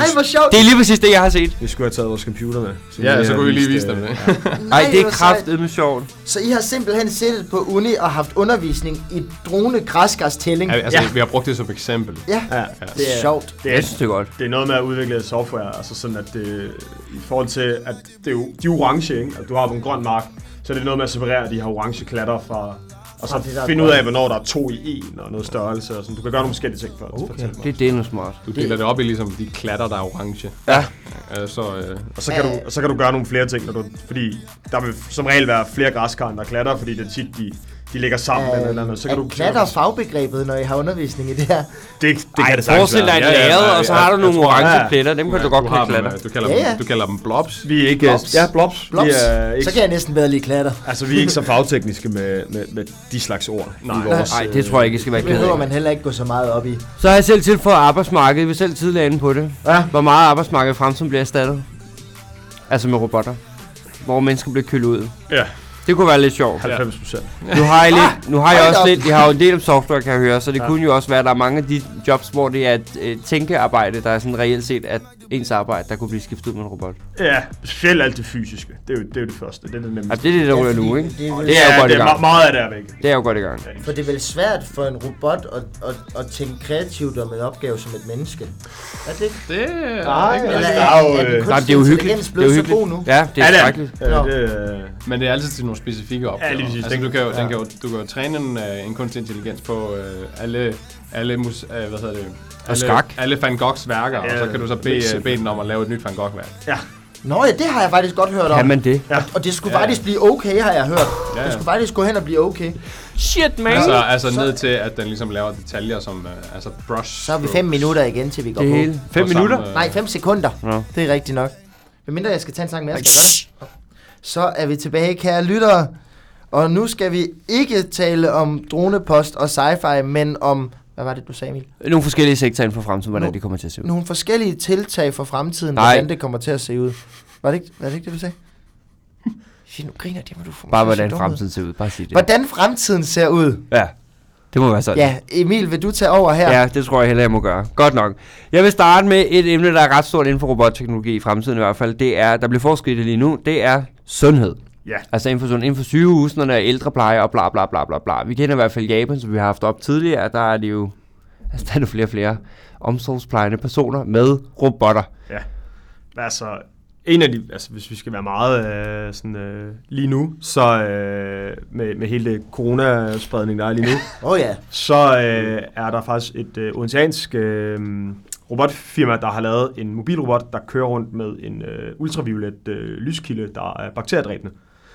Speaker 2: Ej, hvor sjovt.
Speaker 1: det er lige præcis det, jeg har set.
Speaker 4: Vi skulle have taget vores computer med.
Speaker 3: Ja, så kunne vi lige vise dem
Speaker 4: det.
Speaker 3: det.
Speaker 1: Nej, det
Speaker 2: hvor
Speaker 1: er
Speaker 2: sejt.
Speaker 1: kraftedeme sjovt.
Speaker 2: Så I har simpelthen siddet på uni og haft undervisning i drone græskars tælling.
Speaker 3: Ja, altså, vi har brugt det som eksempel.
Speaker 2: Ja,
Speaker 4: Ja.
Speaker 2: det er sjovt.
Speaker 4: Det
Speaker 1: Jeg
Speaker 4: er,
Speaker 1: synes det er godt.
Speaker 4: det er noget med at udvikle software, altså sådan at det, i forhold til, at det er jo, de er orange, ikke? At du har på en grøn mark, så er det noget med at separere de her orange klatter fra, og
Speaker 2: Fra det, der
Speaker 4: så
Speaker 2: er
Speaker 4: finde ud
Speaker 2: grønt.
Speaker 4: af, hvornår der er to i en, og noget størrelse og sådan. Du kan gøre nogle forskellige ting for det. Okay.
Speaker 1: Det, det er nu smart.
Speaker 3: Du deler det op i ligesom de klatter, der er orange.
Speaker 1: Ja.
Speaker 3: Øh, så øh,
Speaker 4: Og så kan, du, og så kan du gøre nogle flere ting, når du, fordi der vil som regel være flere græskar, end der klatter, fordi det er tit, de, de ligger sammen eller noget andet. Så
Speaker 2: At
Speaker 4: kan du
Speaker 2: klatter fagbegrebet, når I har undervisning i det her.
Speaker 4: Det, det kan det sagtens
Speaker 1: Forestil dig
Speaker 4: være.
Speaker 1: et
Speaker 3: Ja, ja,
Speaker 1: lærred,
Speaker 3: ja,
Speaker 1: og så
Speaker 3: ja.
Speaker 1: har du nogle
Speaker 4: tror,
Speaker 1: orange
Speaker 4: ja.
Speaker 1: pletter. Dem kan du godt
Speaker 3: har
Speaker 1: kalde klatter.
Speaker 3: dem, øh, du kalder,
Speaker 2: Ja, ja.
Speaker 3: Dem, du kalder dem blobs.
Speaker 4: Vi er ikke...
Speaker 2: Blobs.
Speaker 4: Ja, blobs.
Speaker 2: Blobs.
Speaker 4: Vi er ikke,
Speaker 2: Så kan jeg næsten bedre lide klatter.
Speaker 4: Altså, vi er ikke så fagtekniske med, med, med de slags ord nej, i vores...
Speaker 1: Nej, det tror jeg ikke, jeg skal være
Speaker 2: Det
Speaker 1: ked
Speaker 2: behøver
Speaker 1: af.
Speaker 2: man heller ikke gå så meget op i.
Speaker 1: Så har jeg selv tilføjet arbejdsmarkedet. Vi er selv tidligere inde på det.
Speaker 4: Ja.
Speaker 1: Hvor meget arbejdsmarkedet i fremtiden bliver erstattet. Altså med robotter. Hvor mennesker bliver kølet ud.
Speaker 4: Ja.
Speaker 1: Det kunne være lidt sjovt.
Speaker 4: 90 procent.
Speaker 1: Nu har jeg, lidt, nu har jeg
Speaker 2: Hold
Speaker 1: også
Speaker 2: op.
Speaker 1: lidt, jeg har jo en del om software, kan jeg høre, så det kunne jo også være, at der er mange af de jobs, hvor det er et øh, tænkearbejde, der er sådan reelt set, at ens arbejde, der kunne blive skiftet ud med en robot.
Speaker 4: Ja, specielt alt det fysiske. Det er jo det, er jo det første. Det er det nemmeste.
Speaker 1: Altså, det er det, der
Speaker 2: Ja,
Speaker 1: ruller nu,
Speaker 2: fordi
Speaker 1: ikke?
Speaker 2: det er vel-
Speaker 1: Det er jo
Speaker 4: ja,
Speaker 1: godt i
Speaker 4: det er
Speaker 1: gang.
Speaker 4: me- meget af det er væk.
Speaker 1: Det er jo godt i gang.
Speaker 2: For det er vel svært for en robot at, at, at tænke kreativt om en opgave som et menneske. Er det ikke?
Speaker 3: Det er
Speaker 4: Nej,
Speaker 3: ikke
Speaker 4: altså,
Speaker 2: Eller
Speaker 4: der
Speaker 2: er,
Speaker 4: er jo...
Speaker 2: er den
Speaker 1: Nej, men
Speaker 4: øh,
Speaker 1: det er
Speaker 2: kunstige
Speaker 1: jo hyggeligt.
Speaker 2: intelligens
Speaker 1: Det er jo
Speaker 2: blevet så god nu?
Speaker 1: hyggeligt. Ja, det er
Speaker 4: det er
Speaker 1: skrækkeligt.
Speaker 4: Ja, det, øh,
Speaker 3: Men det er altid til nogle specifikke opgaver.
Speaker 4: Ja, lige præcis.
Speaker 3: altså,
Speaker 4: Den-
Speaker 3: du kan jo,
Speaker 4: ja.
Speaker 3: den kan jo, du kan jo træne en, øh, en kunstig intelligens på øh, alle, alle mus, øh, hvad hedder det? Alle,
Speaker 1: skak.
Speaker 3: alle Van Goghs værker, og
Speaker 4: Ja,
Speaker 3: så kan du så
Speaker 4: det er
Speaker 3: bede, øh,
Speaker 4: simpelthen.
Speaker 3: bede den om at lave et nyt Van Gogh-værk.
Speaker 2: Nå ja, det har jeg faktisk godt hørt om.
Speaker 1: Kan man det?
Speaker 2: Og det skulle
Speaker 3: Ja, ja.
Speaker 2: faktisk blive okay, har jeg hørt.
Speaker 3: Ja,
Speaker 2: Det
Speaker 3: ja.
Speaker 2: skulle faktisk gå hen og blive okay.
Speaker 1: Shit, man!
Speaker 3: Altså, altså
Speaker 2: Så-
Speaker 3: ned til, at den ligesom laver detaljer som øh, altså brush.
Speaker 2: Så er vi
Speaker 3: strokes.
Speaker 2: fem minutter igen, til vi går
Speaker 1: Det
Speaker 2: på.
Speaker 1: hele. Fem
Speaker 3: Og samme,
Speaker 1: minutter?
Speaker 3: øh,
Speaker 2: Nej, 5 sekunder.
Speaker 1: Nå.
Speaker 2: Det er rigtigt nok. Hvad mindre jeg skal tage en sang med, jeg skal gøre. Så er vi tilbage, kære lyttere. Og nu skal vi ikke tale om dronepost og sci-fi, men om, hvad var det, du sagde, Emil?
Speaker 1: Nogle forskellige sektorer inden for fremtiden, hvordan
Speaker 2: Nu-
Speaker 1: det kommer til at se ud.
Speaker 2: Nogle forskellige tiltag for fremtiden,
Speaker 1: Nej.
Speaker 2: hvordan det kommer til at se ud. Var det ikke, var det, ikke det, du sagde? Fy, nu griner det, hvor du får mig
Speaker 1: Bare
Speaker 2: til at se
Speaker 1: hvordan
Speaker 2: dum ud.
Speaker 1: fremtiden ser ud. Bare sig det.
Speaker 2: Hvordan fremtiden ser ud.
Speaker 1: Ja, det må være sådan.
Speaker 2: Ja, Emil, vil du tage over her?
Speaker 1: Ja, det tror jeg heller, jeg må gøre. Godt nok. Jeg vil starte med et emne, der er ret stort inden for robotteknologi i fremtiden i hvert fald. Det er, der bliver forsket i det lige nu, det er sundhed.
Speaker 4: Ja.
Speaker 1: Altså inden for, sund- inden for sygehusene, der er ældrepleje og bla bla bla bla bla. Vi kender i hvert fald Japan, som vi har haft op tidligere, der er det jo altså, der er nu flere og flere omsorgsplejende personer med robotter.
Speaker 4: altså, en af de, altså hvis vi skal være meget øh, sådan, øh, lige nu, så øh, med, med hele det coronaspredning, der er lige nu,
Speaker 2: Åh oh, ja.
Speaker 4: så øh, er der faktisk et øh, odenseansk øh, robotfirma, der har lavet en mobilrobot, der kører rundt med en øh, ultraviolet øh, lyskilde, der er bakteriedræbende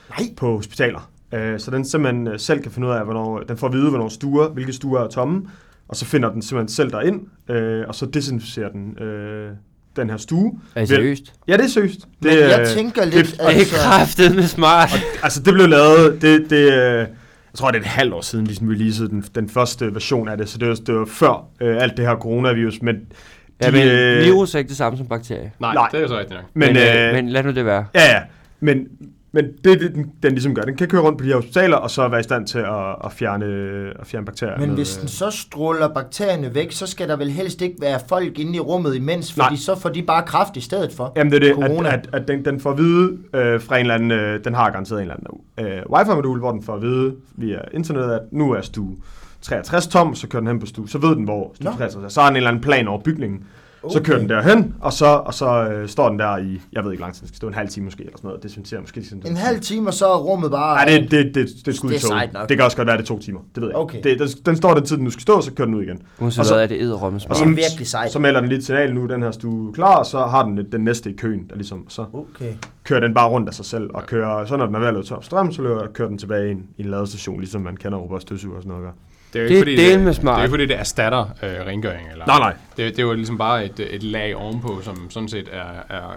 Speaker 2: Nej.
Speaker 4: på hospitaler. Øh, så den simpelthen øh, selv kan finde ud af, hvornår, den får at vide, hvornår stuer, hvilke stuer er tomme, og så finder den simpelthen selv derind, øh, og så desinficerer den øh, den her stue.
Speaker 1: Er det seriøst?
Speaker 4: Ja, det er seriøst. Det,
Speaker 2: Men jeg
Speaker 4: øh,
Speaker 2: tænker
Speaker 4: det-
Speaker 2: lidt,
Speaker 1: Det er kraftet med smart.
Speaker 4: Altså, det blev lavet, det, det, øh, jeg tror, det er et halvt år siden, de ligesom releasede den, den første version af det, så det var, det var før øh, alt det her coronavirus, men
Speaker 1: Ja, men øh, virus er ikke det samme som bakterie.
Speaker 4: Nej.
Speaker 3: Nej, Nej, det er jo så rigtigt nok.
Speaker 1: Men, men, øh,
Speaker 4: øh,
Speaker 1: men lad nu det være.
Speaker 4: Ja, ja. Men, men det er det, den, den ligesom gør. Den kan køre rundt på de her hospitaler, og så være i stand til at, at, fjerne, øh, at fjerne bakterier.
Speaker 2: Men
Speaker 4: med,
Speaker 2: hvis den så stråler bakterierne væk, så skal der vel helst ikke være folk inde i rummet imens, fordi
Speaker 4: Nej.
Speaker 2: så får de bare kraft i stedet for.
Speaker 4: Jamen det er det,
Speaker 2: Corona.
Speaker 4: at, at, at den, den får at vide øh, fra en eller anden, øh, den har garanteret en eller anden øh, wifi-modul, hvor den får at vide via internettet, at nu er stue 63 tom, så kører den hen på stue, så ved den, hvor stue
Speaker 2: Nå.
Speaker 4: 63 er. Så har den en eller anden plan over bygningen. Så kører den derhen, og så, og så øh, står den der i, jeg ved ikke hvor lang tid, den skal stå en halv time måske, eller sådan noget. Det synes jeg måske. Sådan,
Speaker 2: En halv time, og så er rummet bare...
Speaker 4: Nej, det, det, det, det er skud
Speaker 2: Det
Speaker 4: i
Speaker 2: er sejt nok.
Speaker 4: toget. Det kan også godt være, det er to timer. Det ved jeg.
Speaker 2: Okay.
Speaker 4: ikke. Det, den, den står den tid, den nu skal stå, så kører den ud igen.
Speaker 1: Uanset
Speaker 4: og så-
Speaker 1: hvad er det edderrommes.
Speaker 4: Og
Speaker 2: Det er virkelig sejt.
Speaker 4: Så melder den lige et signal nu, er den her stue klar, og så har den den næste i køen, der ligesom, så
Speaker 2: Okay.
Speaker 4: kører den bare rundt af sig selv, og kører, så når den er ved at løbe tør for strøm, så løber, kører den tilbage i en, i en ladestation, ligesom man kender robot støvsuger og sådan noget. at gøre.
Speaker 3: Det er jo
Speaker 1: Det er delme
Speaker 3: det, det er
Speaker 1: smart.
Speaker 3: jo ikke fordi, det erstatter øh, rengøring. Eller,
Speaker 4: Nej, nej.
Speaker 3: Det, det er jo ligesom bare et, et lag ovenpå, som sådan set er, er,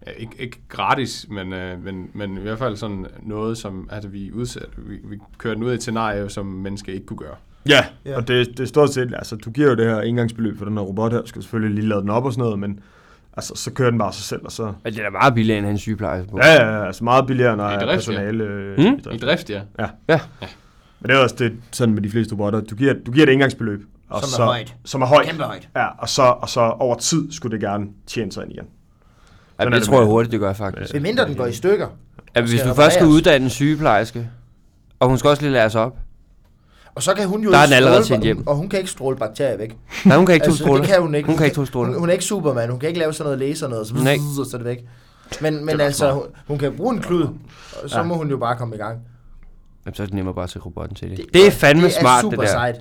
Speaker 3: er ikke, ikke gratis, men, øh, men, men i hvert fald sådan noget, som altså, vi, udsætter, vi, vi kører den ud i et scenarie, som mennesker ikke kunne gøre.
Speaker 4: Ja,
Speaker 2: Ja.
Speaker 4: ja. og det, det er stort set, altså du giver jo det her engangsbeløb for den her robot her, skal selvfølgelig lige lade den op og sådan noget, men altså, så kører den bare sig selv, og så...
Speaker 1: Og det er da meget billigere end hans sygeplejerske på.
Speaker 4: Ja, ja, ja, altså meget billigere, når
Speaker 3: I
Speaker 4: jeg er
Speaker 3: drift, ja.
Speaker 4: personale... øh,
Speaker 1: Hmm?
Speaker 4: i
Speaker 3: I
Speaker 4: drift.
Speaker 3: drift, ja.
Speaker 1: ja.
Speaker 4: Men det er også det, sådan med de fleste robotter, du giver, du giver et engangsbeløb. Og
Speaker 2: Som er
Speaker 4: så,
Speaker 2: højt.
Speaker 4: Som er højt.
Speaker 2: Kæmpe højt.
Speaker 4: Ja, og så, og så over tid skulle det gerne tjene sig ind igen.
Speaker 1: Ja,
Speaker 4: Sådan er
Speaker 1: det
Speaker 4: det
Speaker 1: tror jeg
Speaker 4: med-
Speaker 1: hurtigt, det gør faktisk.
Speaker 2: Hvem mindre den går i stykker.
Speaker 1: Ja, hvis
Speaker 2: skal
Speaker 1: du først skal
Speaker 2: repareres.
Speaker 1: uddanne en sygeplejerske, og hun skal også lige lære sig op.
Speaker 2: Og så kan hun jo
Speaker 1: Der er
Speaker 2: ikke
Speaker 1: den allerede
Speaker 2: stråle-
Speaker 1: tjent hjem.
Speaker 2: Og hun kan ikke stråle bakterier væk.
Speaker 1: Nej, hun kan ikke to
Speaker 2: altså,
Speaker 1: stråler.
Speaker 2: det kan hun ikke.
Speaker 1: Hun kan ikke to stråler.
Speaker 2: Hun, hun er ikke Superman. Hun kan ikke lave sådan noget laser noget, så,
Speaker 1: Nej.
Speaker 2: og så er det væk. Men, men altså, hun, hun kan bruge en klud, og så må hun jo bare komme i gang.
Speaker 1: Jamen, så er det nemmere bare at sætte robotten til det. Det, det er fandme
Speaker 2: det er
Speaker 1: smart,
Speaker 2: super
Speaker 1: det der.
Speaker 2: Sejt.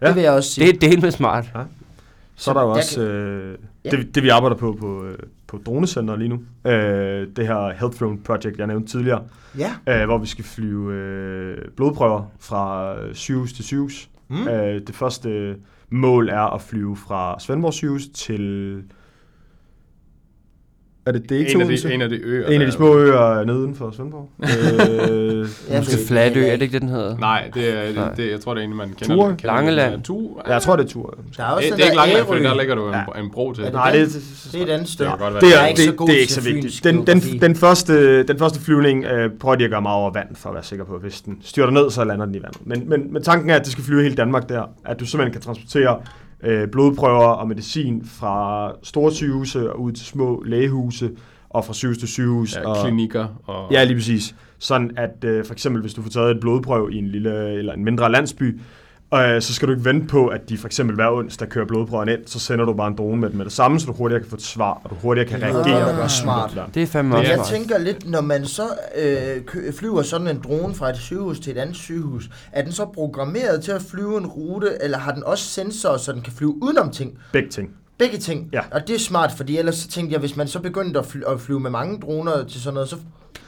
Speaker 4: Ja.
Speaker 2: Det vil jeg også sige.
Speaker 1: Det er delvis smart.
Speaker 4: Så er der jo
Speaker 2: Jeg
Speaker 4: også
Speaker 2: kan-
Speaker 4: øh,
Speaker 2: Ja.
Speaker 4: det, det, vi arbejder på på, øh, på dronecenter lige nu. Øh, det her Health Drone Project, jeg nævnte tidligere,
Speaker 2: Ja.
Speaker 4: øh, hvor vi skal flyve øh, blodprøver fra øh, sygehus til sygehus.
Speaker 2: Mm.
Speaker 4: Øh, det første mål er at flyve fra Svendborg sygehus til... Er det det er ikke
Speaker 3: En
Speaker 4: til
Speaker 3: af,
Speaker 4: Odense?
Speaker 3: de, en af de øer.
Speaker 4: En af
Speaker 3: der-
Speaker 4: de små øer neden for Svendborg. øh,
Speaker 2: Jeg
Speaker 1: Måske
Speaker 2: ved ikke,
Speaker 1: Flatø,
Speaker 2: heller
Speaker 1: er det
Speaker 2: ikke.
Speaker 1: ikke det, den hedder?
Speaker 3: Nej, det er,
Speaker 1: Nej.
Speaker 3: det, det, jeg tror, det er en, man kender.
Speaker 4: Ture?
Speaker 3: kender
Speaker 1: Langeland.
Speaker 3: Det, Ture?
Speaker 4: jeg tror, det er tur.
Speaker 2: Der er også
Speaker 3: det,
Speaker 2: den
Speaker 3: det er ikke
Speaker 2: der
Speaker 3: Langeland, for
Speaker 2: Ærø.
Speaker 3: der ligger du en,
Speaker 4: Ja.
Speaker 3: en bro til.
Speaker 2: Er det
Speaker 4: Nej,
Speaker 2: den?
Speaker 4: det,
Speaker 2: Det er et andet sted.
Speaker 3: Det kan godt være.
Speaker 4: det
Speaker 2: Jeg
Speaker 4: er,
Speaker 2: er ikke så
Speaker 4: det,
Speaker 2: god
Speaker 4: det er
Speaker 2: til
Speaker 4: ikke så
Speaker 2: fynsk
Speaker 4: vigtigt. Den, den,
Speaker 2: geografi.
Speaker 4: den, første, den første flyvning øh, prøver de at gøre meget over vand, for at være sikker på. Hvis den styrter ned, så lander den i vandet. Men, men, men tanken er, at det skal flyve hele Danmark der. At du simpelthen kan transportere øh, blodprøver og medicin fra store sygehuse og ud til små lægehuse, og fra sygehus til sygehus.
Speaker 3: Ja,
Speaker 4: og,
Speaker 3: klinikker og...
Speaker 4: Ja, lige præcis. Sådan at øh, for eksempel, hvis du får taget et blodprøve i en lille eller en mindre landsby, øh, så skal du ikke vente på, at de for eksempel hver onsdag kører blodprøverne ind, så sender du bare en drone med dem med det samme, så du hurtigere kan få et svar, og du hurtigere kan
Speaker 2: Nå,
Speaker 4: reagere og gøre
Speaker 2: smart.
Speaker 4: sådan noget
Speaker 1: Det er fandme
Speaker 3: Det
Speaker 1: også
Speaker 3: er-
Speaker 2: Jeg
Speaker 1: smart.
Speaker 2: tænker lidt, når man så øh, kø- flyver sådan en drone fra et sygehus til et andet sygehus, er den så programmeret til at flyve en rute, eller har den også sensorer, så den kan flyve udenom ting?
Speaker 4: der. Begge ting.
Speaker 2: Begge ting.
Speaker 4: Ja.
Speaker 2: Og det er smart, fordi ellers så tænkte jeg, hvis man så begyndte at, fly- at flyve med mange droner til sådan noget, så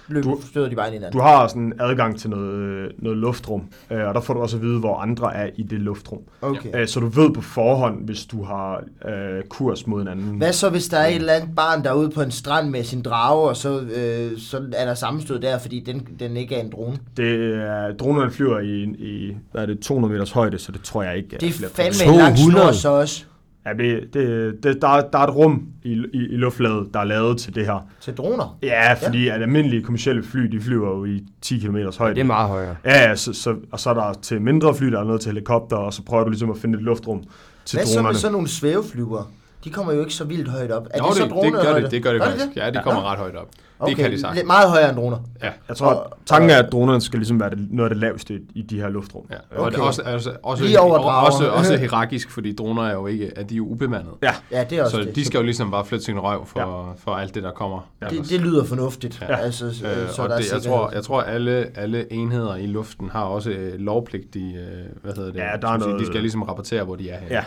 Speaker 2: løb,
Speaker 4: Du-
Speaker 2: støder de bare ind i
Speaker 4: Du
Speaker 2: hinanden.
Speaker 4: har sådan adgang til noget, øh, noget luftrum, øh, og der får du også at vide, hvor andre er i det luftrum.
Speaker 2: Okay.
Speaker 4: Øh, så du ved på forhånd, hvis du har øh, kurs mod en anden.
Speaker 2: Hvad så, hvis der er et eller andet barn, der er ude på en strand med sin drage, og så, øh, så er der sammenstød der, fordi den, den ikke er en drone?
Speaker 4: Det er, dronerne flyver i, i hvad er det, 200 meters højde, så det tror jeg ikke. at
Speaker 2: Det
Speaker 4: bliver
Speaker 2: er fandme en
Speaker 1: 200.
Speaker 2: lang snor så også
Speaker 4: Ja, det, det, det, der, der er et rum i, i, i luftlaget, der er lavet til det her.
Speaker 2: til droner.
Speaker 4: Ja, fordi ja. at almindelige kommersielle fly, de flyver jo i 10 km højde.
Speaker 1: Det er meget højere.
Speaker 4: Ja, ja så, så, og så er der til mindre fly, der er noget til helikopter, og så prøver du ligesom at finde et luftrum til
Speaker 2: Hvad så
Speaker 4: dronerne.
Speaker 2: med sådan nogle svæveflyver? De kommer jo ikke så vildt højt op. Er
Speaker 3: Nå,
Speaker 2: de så
Speaker 3: det, det, gør
Speaker 2: dronehøjde?
Speaker 3: det, det gør det
Speaker 2: det?
Speaker 3: faktisk. Ja, de kommer ret højt op. Det kan de
Speaker 2: lidt
Speaker 3: sagt.
Speaker 2: meget højere end droner.
Speaker 3: Ja.
Speaker 4: Jeg tror,
Speaker 2: Og-
Speaker 4: og, tanken er, at dronerne skal ligesom være det, noget af det laveste i de her luftrum. Øh,
Speaker 3: Ja, og
Speaker 2: Okay.
Speaker 3: okay. også, altså, også,
Speaker 2: Lige over drager.
Speaker 3: også, også hierarkisk, fordi droner er jo ikke, at de er jo ubemandede.
Speaker 4: Ja.
Speaker 2: Ja, det er også
Speaker 3: Så
Speaker 2: det.
Speaker 3: de skal jo ligesom bare flytte sin røv for, ja. for alt det, der kommer.
Speaker 2: det, det lyder fornuftigt. Ja. Altså,
Speaker 3: øh,
Speaker 2: øh, så
Speaker 3: og
Speaker 2: der
Speaker 3: det,
Speaker 2: er
Speaker 3: jeg tror, jeg tror alle, alle enheder i luften har også øh, lovpligtige, øh, hvad hedder det?
Speaker 4: Ja, der er
Speaker 3: Skal man sige,
Speaker 4: noget-
Speaker 3: De skal ligesom rapportere, hvor de er henne.
Speaker 4: ja.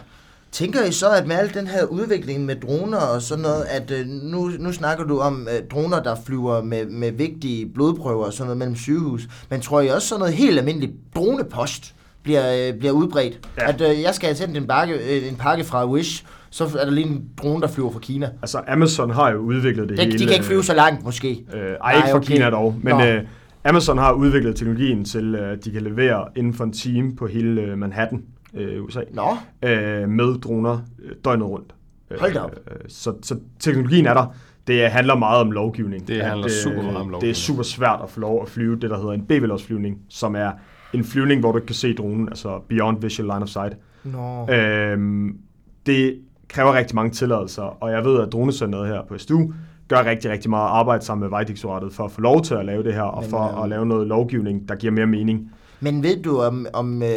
Speaker 2: Tænker I så, at med al den her udvikling med droner og sådan noget, at øh, nu, nu snakker du om øh, droner, der flyver med, med vigtige blodprøver og sådan noget mellem sygehus, men tror I også sådan noget helt almindeligt dronepost bliver, øh, bliver udbredt? Ja.
Speaker 4: Ja.
Speaker 2: At øh, jeg skal have sendt en, bakke, øh, en pakke fra Wish, så er der lige en drone, der flyver fra Kina.
Speaker 4: Altså, Amazon har jo udviklet det
Speaker 2: Den,
Speaker 4: hele.
Speaker 2: de kan ikke flyve så langt måske.
Speaker 4: Øh, ej, ikke fra
Speaker 2: okay.
Speaker 4: Kina dog, men
Speaker 2: Nå.
Speaker 4: øh, Amazon har udviklet teknologien til, øh, at de kan levere inden for en time på hele øh, Manhattan, øh, USA.
Speaker 2: Nå.
Speaker 4: øh, med droner øh, døgnet rundt.
Speaker 2: Hold da op.
Speaker 4: Øh, Så, så teknologien er der. Det øh, handler meget om lovgivning.
Speaker 3: Det handler
Speaker 4: At, øh,
Speaker 3: super meget om
Speaker 4: Det er
Speaker 3: lovgivning.
Speaker 4: super svært at få lov at flyve det, der hedder en BVLOS-flyvning, som er en flyvning, hvor du ikke kan se dronen, altså Beyond Visual Line of Sight.
Speaker 2: Nå.
Speaker 4: Øhm, det kræver rigtig mange tilladelser, og jeg ved, at Dronecenteret her på STU gør rigtig, rigtig meget arbejde sammen med Vejdirektoratet for at få lov til at lave det her, og
Speaker 2: Men,
Speaker 4: for
Speaker 2: øh,
Speaker 4: at lave noget lovgivning, der giver mere mening.
Speaker 2: Men ved du, om, om, øh,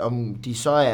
Speaker 2: om de så er,